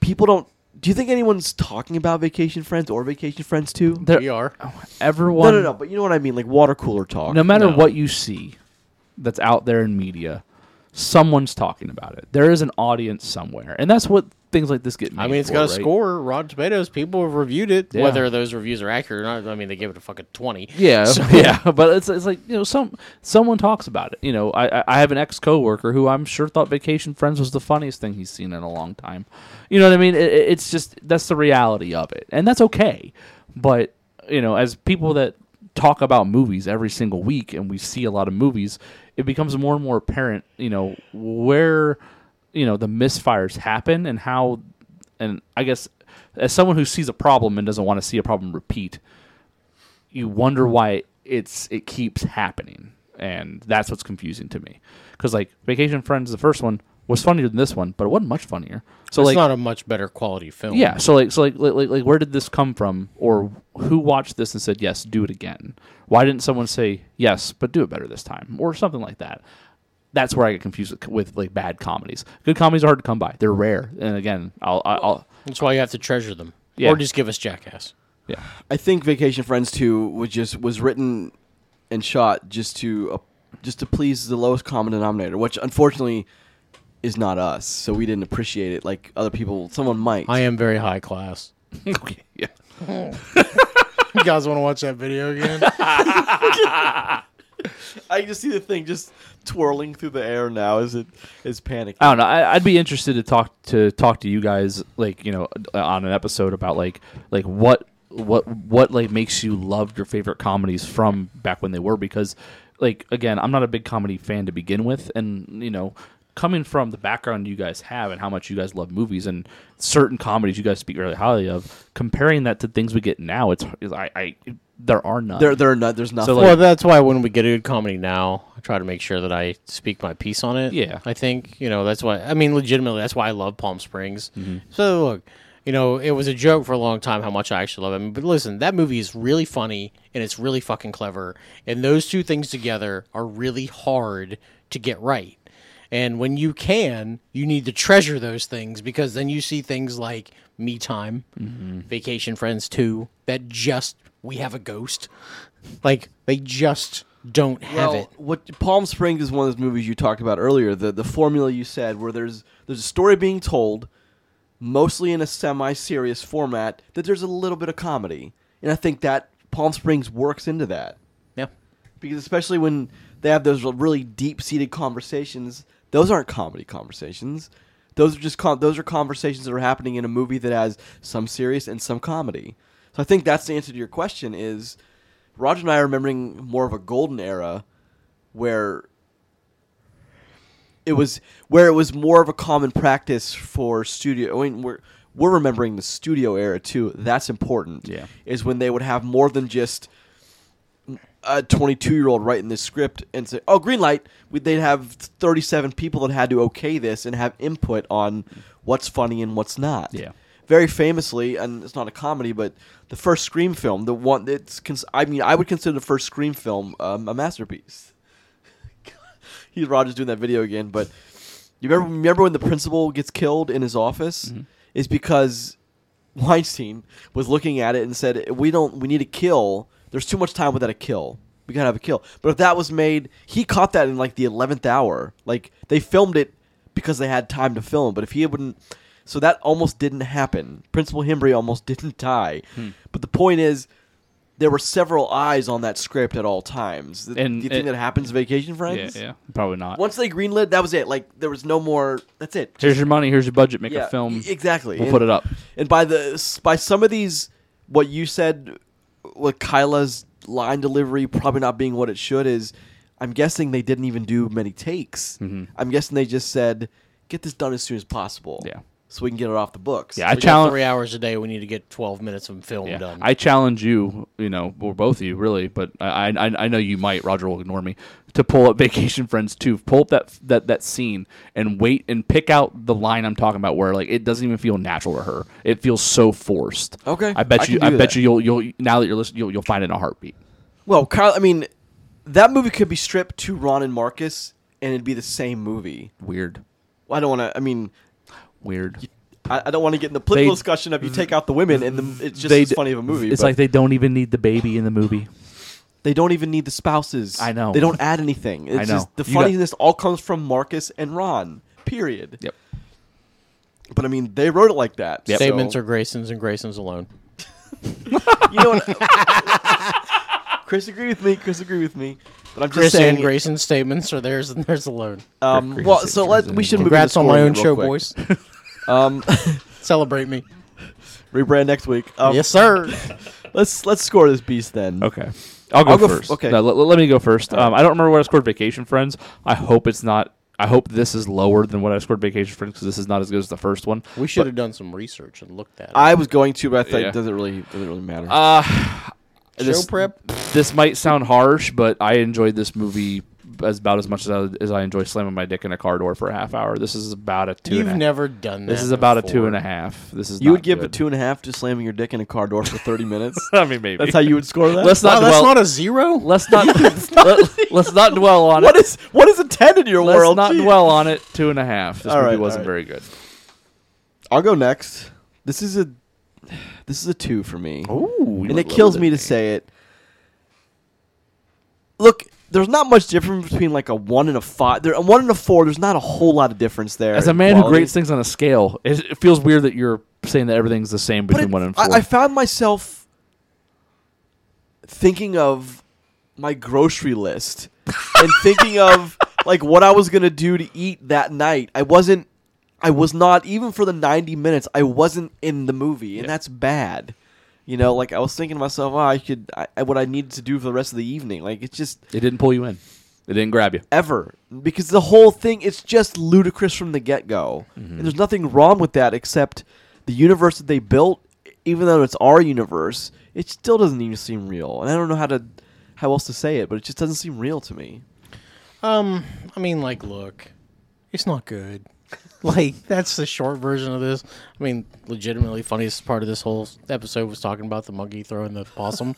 Speaker 1: people don't. Do you think anyone's talking about Vacation Friends or Vacation Friends Two?
Speaker 2: There,
Speaker 3: We are.
Speaker 2: Everyone.
Speaker 1: No, no, no. But you know what I mean, like water cooler talk.
Speaker 2: No matter
Speaker 3: No.
Speaker 2: what you see that's out there in media, someone's talking about it. There is an audience somewhere. And that's what things like this get made
Speaker 3: I mean, it's
Speaker 2: for,
Speaker 3: got a
Speaker 2: right?
Speaker 3: score. Rotten Tomatoes. People have reviewed it.
Speaker 2: Yeah.
Speaker 3: Whether those reviews are accurate or not, I mean, they gave it a fucking twenty.
Speaker 2: Yeah,
Speaker 3: So-
Speaker 2: yeah, but it's, it's like you know, some someone talks about it. You know, I I- I have an ex coworker who I'm sure thought Vacation Friends was the funniest thing he's seen in a long time. You know what I mean? It, it- it's just that's the reality of it, and that's okay. But you know, as people that talk about movies every single week and we see a lot of movies, it becomes more and more apparent. You know where you know the misfires happen and how, and I guess as someone who sees a problem and doesn't want to see a problem repeat you wonder why it's it keeps happening, and that's what's confusing to me. Because like Vacation Friends, the first one was funnier than this one, but it wasn't much funnier. So
Speaker 3: it's
Speaker 2: like,
Speaker 3: not a much better quality film.
Speaker 2: yeah, so like, so like, like, like, like, where did this come from, or who watched this and said yes, do it again? Why didn't someone say yes, but do it better this time, or something like that? That's where I get confused with, with like bad comedies. Good comedies are hard to come by; they're rare. And again, I'll, I'll, I'll
Speaker 3: that's why you have to treasure them.
Speaker 2: Yeah.
Speaker 3: Or just give us Jackass.
Speaker 2: yeah,
Speaker 1: I think Vacation Friends Two was just was written and shot just to uh, just to please the lowest common denominator, which unfortunately is not us. So we didn't appreciate it like other people. Someone might.
Speaker 3: I am very high class.
Speaker 2: okay, yeah.
Speaker 3: You guys want to watch that video again?
Speaker 1: I just see the thing just twirling through the air now as it is panic.
Speaker 2: I don't know. I, I'd be interested to talk to talk to you guys, like you know, on an episode about like like what what what like makes you love your favorite comedies from back when they were because like again, I'm not a big comedy fan to begin with, and you know, coming from the background you guys have and how much you guys love movies and certain comedies you guys speak really highly of, comparing that to things we get now, it's is- I, I there are none.
Speaker 1: There, there are not. There's nothing.
Speaker 2: like-
Speaker 3: well, that's why when we get a good comedy now, I try to make sure that I speak my piece on it.
Speaker 2: Yeah.
Speaker 3: I think you know that's why. I mean, legitimately, that's why I love Palm Springs.
Speaker 2: Mm-hmm.
Speaker 3: So look, you know, it was a joke for a long time how much I actually love it. But listen, that movie is really funny and it's really fucking clever, and those two things together are really hard to get right. And when you can, you need to treasure those things because then you see things like Me Time,
Speaker 2: Mm-hmm.
Speaker 3: Vacation Friends 2, that just, we have a ghost. Like, they just don't have
Speaker 1: Well,
Speaker 3: it.
Speaker 1: What Palm Springs is one of those movies you talked about earlier. The the formula you said where there's there's a story being told, mostly in a semi-serious format. That there's a little bit of comedy, and I think that Palm Springs works into that
Speaker 3: Yeah.
Speaker 1: because especially when they have those really deep-seated conversations. Those aren't comedy conversations. Those are just con- those are conversations that are happening in a movie that has some serious and some comedy. So I think that's the answer to your question. Is Roger and I are remembering more of a golden era where it was where it was more of a common practice for studio. I mean, we're we're remembering the studio era too. That's important.
Speaker 2: Yeah.
Speaker 1: is when they would have more than just a 22 year old writing this script and say, "Oh, green light." We- They'd have 37 people that had to okay this and have input on what's funny and what's not.
Speaker 2: Yeah.
Speaker 1: Very famously, and it's not a comedy, but the first Scream film, the one that's, cons- I mean, I would consider the first Scream film um, a masterpiece. He's Roger's doing that video again, but you remember remember when the principal gets killed in his office?
Speaker 2: Mm-hmm.
Speaker 1: It's because Weinstein was looking at it and said, "We don't. We need a kill. There's too much time without a kill. We gotta have a kill." But if that was made, he caught that in like the eleventh hour. Like they filmed it because they had time to film. But if he wouldn't, so that almost didn't happen. Principal Himbry almost didn't die.
Speaker 2: Hmm.
Speaker 1: But the point is. There were several eyes on that script at all times. Th-
Speaker 2: And
Speaker 1: Do you think
Speaker 2: it-
Speaker 1: that happens, Vacation
Speaker 2: yeah,
Speaker 1: Friends?
Speaker 2: yeah, probably not.
Speaker 1: Once they greenlit, that was it. Like there was no more. That's it.
Speaker 2: Here's your money. Here's your budget. Make
Speaker 1: Yeah,
Speaker 2: a film.
Speaker 1: e- Exactly.
Speaker 2: We'll
Speaker 1: And-
Speaker 2: put it up.
Speaker 1: And by the s- by, some of these, what you said, what Kyla's line delivery probably not being what it should is. I'm guessing they didn't even do many takes.
Speaker 2: Mm-hmm.
Speaker 1: I'm guessing they just said, "Get this done as soon as possible."
Speaker 2: Yeah.
Speaker 1: So we can get it off the books.
Speaker 2: Yeah, I
Speaker 3: We got
Speaker 2: challenge.
Speaker 3: three hours a day. We need to get 12 minutes of film
Speaker 2: Yeah.
Speaker 3: done.
Speaker 2: I challenge you, you know, or both of you, really, but I, I I know you might. Roger will ignore me to pull up Vacation Friends too. Pull up that that that scene and wait and pick out the line I'm talking about where like it doesn't even feel natural to her. It feels so forced.
Speaker 1: Okay,
Speaker 2: I bet
Speaker 1: I
Speaker 2: you.
Speaker 1: can
Speaker 2: I
Speaker 1: do
Speaker 2: bet
Speaker 1: that.
Speaker 2: you. You'll you'll now that you're listening, you'll you'll find it in a heartbeat.
Speaker 1: Well, Kyle, I mean, that movie could be stripped to Ron and Marcus, and it'd be the same movie.
Speaker 2: Weird.
Speaker 1: I don't want to. I mean,
Speaker 2: Weird.
Speaker 1: I, I don't want to get in the political
Speaker 2: They-
Speaker 1: discussion of you take out the women, and the, it's just
Speaker 2: They
Speaker 1: as
Speaker 2: d-
Speaker 1: funny of a movie.
Speaker 2: It's
Speaker 1: but-
Speaker 2: like they don't even need the baby in the movie.
Speaker 1: They don't even need the spouses.
Speaker 2: I know.
Speaker 1: They don't add anything. It's
Speaker 2: I know.
Speaker 1: just the
Speaker 2: You got-
Speaker 1: funniness all comes from Marcus and Ron. Period.
Speaker 2: Yep.
Speaker 1: But I mean, they wrote it like that.
Speaker 3: Statements
Speaker 1: so-
Speaker 3: are Grayson's and Grayson's alone.
Speaker 1: You know what? Chris agree with me. Chris agree with me. But I'm just
Speaker 3: Chris
Speaker 1: saying.
Speaker 3: and Grayson's statements are theirs and theirs alone.
Speaker 1: um,
Speaker 2: Chris
Speaker 1: well,
Speaker 2: is-
Speaker 1: so
Speaker 2: Chris
Speaker 1: let
Speaker 2: is
Speaker 1: we
Speaker 2: in
Speaker 1: should move
Speaker 3: Congrats
Speaker 1: into
Speaker 3: on my
Speaker 1: scoring
Speaker 3: own
Speaker 1: real
Speaker 3: show,
Speaker 1: quick.
Speaker 3: boys.
Speaker 1: Um,
Speaker 3: Celebrate me.
Speaker 1: rebrand next week. Um,
Speaker 3: yes, sir.
Speaker 1: Let's let's score this beast then.
Speaker 2: Okay. I'll go,
Speaker 1: I'll go f-
Speaker 2: first.
Speaker 1: okay.
Speaker 2: No, let, let me go first. Um, I don't remember what I scored Vacation Friends. I hope it's not. I hope this is lower than what I scored Vacation Friends because this is not as good as the first one.
Speaker 3: We should have done some research and looked at it.
Speaker 1: I was going to, but I thought
Speaker 2: Yeah.
Speaker 1: it doesn't really doesn't really matter.
Speaker 2: Show
Speaker 3: prep?
Speaker 2: Uh, This might sound harsh, but I enjoyed this movie as about as much as I, as I enjoy slamming my dick in a car door for a half hour. This is about a two. and
Speaker 3: You've
Speaker 2: a-
Speaker 3: never done that.
Speaker 2: This is about a two
Speaker 3: before.
Speaker 2: and a half. This is
Speaker 1: you
Speaker 2: not
Speaker 1: would give
Speaker 2: good.
Speaker 1: a two and a half to slamming your dick in a car door for 30 minutes.
Speaker 2: I mean, maybe
Speaker 1: That's how you would score that.
Speaker 2: Let's
Speaker 3: Wow,
Speaker 2: not
Speaker 3: that's
Speaker 2: dwell.
Speaker 3: not a zero?
Speaker 2: let's not. let, us not dwell on
Speaker 1: what
Speaker 2: it.
Speaker 1: is what is a ten in your
Speaker 2: Let's
Speaker 1: world?
Speaker 2: not
Speaker 1: Jeez.
Speaker 2: dwell on it. Two and a half. This
Speaker 1: All
Speaker 2: movie
Speaker 1: right,
Speaker 2: wasn't
Speaker 1: all
Speaker 2: very good.
Speaker 1: I'll go next. This is a this is a two for me,
Speaker 2: Ooh,
Speaker 1: and it kills me to say it. Look, there's not much difference between like a one and a five. There, a one and a four. There's not a whole lot of difference there.
Speaker 2: As a
Speaker 1: in
Speaker 2: man who
Speaker 1: quality.
Speaker 2: grades things on a scale, it, it feels weird that you're saying that everything's the same
Speaker 1: But
Speaker 2: between
Speaker 1: it-
Speaker 2: one and four.
Speaker 1: I, I found myself thinking of my grocery list and thinking of like what I was gonna do to eat that night. I wasn't. I was not even for the ninety minutes. I wasn't in the movie, and
Speaker 2: Yeah.
Speaker 1: that's bad. You know, like I was thinking to myself, oh, I could I, I- what I needed to do for the rest of the evening. Like it's just
Speaker 2: It didn't pull you in. It didn't grab you.
Speaker 1: ever because the whole thing it's just ludicrous from the get go.
Speaker 3: Mm-hmm.
Speaker 1: And there's nothing wrong with that except the universe that they built, even though it's our universe, it still doesn't even seem real. And I don't know how to how else to say it, but it just doesn't seem real to me.
Speaker 3: Um, I mean, like, look, it's not good. Like, that's the short version of this. I mean, legitimately, funniest part of this whole episode was talking about the monkey throwing the possum,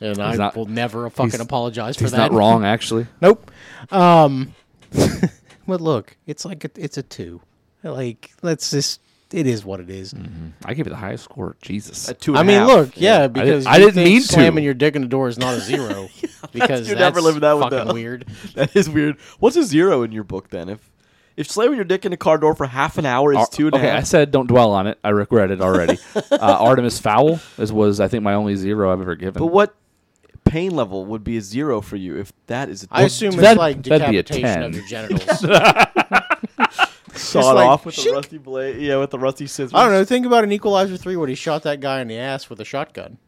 Speaker 3: and I
Speaker 2: not-
Speaker 3: will never fucking
Speaker 2: he's-
Speaker 3: apologize for
Speaker 2: He's
Speaker 3: that.
Speaker 2: not wrong, actually.
Speaker 3: Nope. Um, but look, it's like a, it's a two. Like, let's just. It is what it is.
Speaker 2: I gave it the highest score. Jesus.
Speaker 1: At two and
Speaker 3: I
Speaker 1: a half.
Speaker 3: mean, look, yeah, because
Speaker 2: Mm-hmm. I
Speaker 3: you
Speaker 2: didn't
Speaker 3: think
Speaker 2: mean to.
Speaker 3: slamming your dick in the door is not a zero because
Speaker 1: you're
Speaker 3: that's
Speaker 1: never living that one
Speaker 3: fucking
Speaker 1: down.
Speaker 3: weird.
Speaker 1: That is weird. What's a zero in your book then? If if slamming your dick in a car door for half an hour is
Speaker 2: Ar-
Speaker 1: two and a half,
Speaker 2: okay, I said don't dwell on it. I regret it already. uh, Artemis Fowl is, was, I think, my only zero I've ever given.
Speaker 1: but what pain level would be a zero for you if that is a
Speaker 3: I assume
Speaker 2: that'd-
Speaker 3: it's like
Speaker 2: that'd be a
Speaker 3: decapitation of
Speaker 2: 10.
Speaker 3: your genitals.
Speaker 1: sawed
Speaker 3: just like,
Speaker 1: off with a
Speaker 3: shink.
Speaker 1: rusty blade? Yeah, with the rusty scissors.
Speaker 3: I don't know. Think about an Equalizer three when he shot that guy in the ass with a shotgun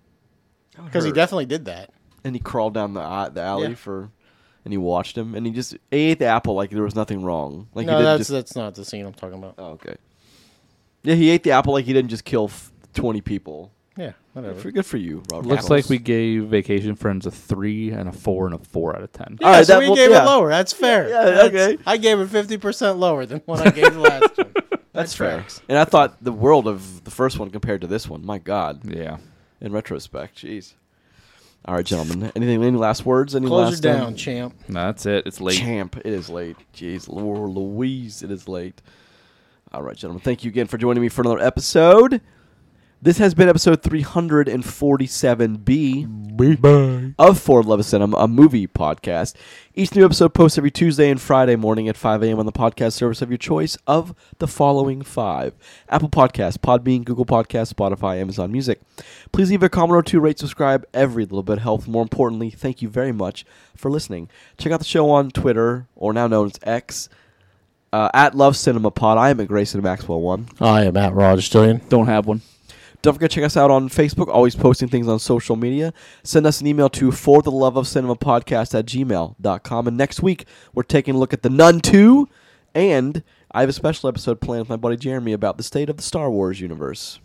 Speaker 3: because he
Speaker 1: Hurt.
Speaker 3: definitely did that.
Speaker 1: and he crawled down the a- the alley
Speaker 3: Yeah.
Speaker 1: for, and he watched him, and he just ate the apple like there was nothing wrong. Like
Speaker 3: no,
Speaker 1: he didn't
Speaker 3: that's
Speaker 1: just.
Speaker 3: that's not the scene I'm talking about.
Speaker 1: oh, okay. Yeah, he ate the apple like he didn't just kill f- twenty people.
Speaker 3: Yeah,
Speaker 1: Good
Speaker 3: whatever.
Speaker 1: for, good for you, Robert.
Speaker 2: Looks
Speaker 1: Reynolds.
Speaker 2: like we gave Vacation Friends a three and a four and a four out of ten.
Speaker 1: All
Speaker 3: yeah,
Speaker 1: right,
Speaker 3: so
Speaker 1: that
Speaker 3: we
Speaker 1: will-
Speaker 3: gave
Speaker 1: yeah.
Speaker 3: it lower. That's fair.
Speaker 1: Yeah,
Speaker 3: That's-
Speaker 1: okay.
Speaker 3: I gave it fifty percent lower than what I gave the last one.
Speaker 1: That's
Speaker 3: That
Speaker 1: fair.
Speaker 3: tracks.
Speaker 1: And I thought the world of the first one compared to this one. My God.
Speaker 2: Yeah.
Speaker 1: in retrospect. Jeez. All right, gentlemen. Anything? Any last words? Any
Speaker 3: Close
Speaker 1: last
Speaker 3: her down,
Speaker 1: um,
Speaker 3: champ.
Speaker 2: No, that's it. It's late.
Speaker 1: champ? It is late. Jeez, Lord Louise, it is late. All right, gentlemen. Thank you again for joining me for another episode. This has been episode 347B of For Love of Cinema, a movie podcast. Each new episode posts every Tuesday and Friday morning at 5 a.m. on the podcast service of your choice of the following five Apple Podcasts, Podbean, Google Podcasts, Spotify, Amazon Music. Please leave a comment or two, rate, subscribe. Every little bit helps. More importantly, thank you very much for listening. Check out the show on Twitter, or now known as X, uh, at Love Cinema Pod. I am at Grayson Maxwell 1.
Speaker 3: I am at Raj Stillian.
Speaker 2: Don't have one.
Speaker 1: Don't forget to check us out on Facebook, always posting things on social media. Send us an email to for the love of cinema podcast at gmail.com. And next week, we're taking a look at The Nun 2. And I have a special episode planned with my buddy Jeremy about the state of the Star Wars universe.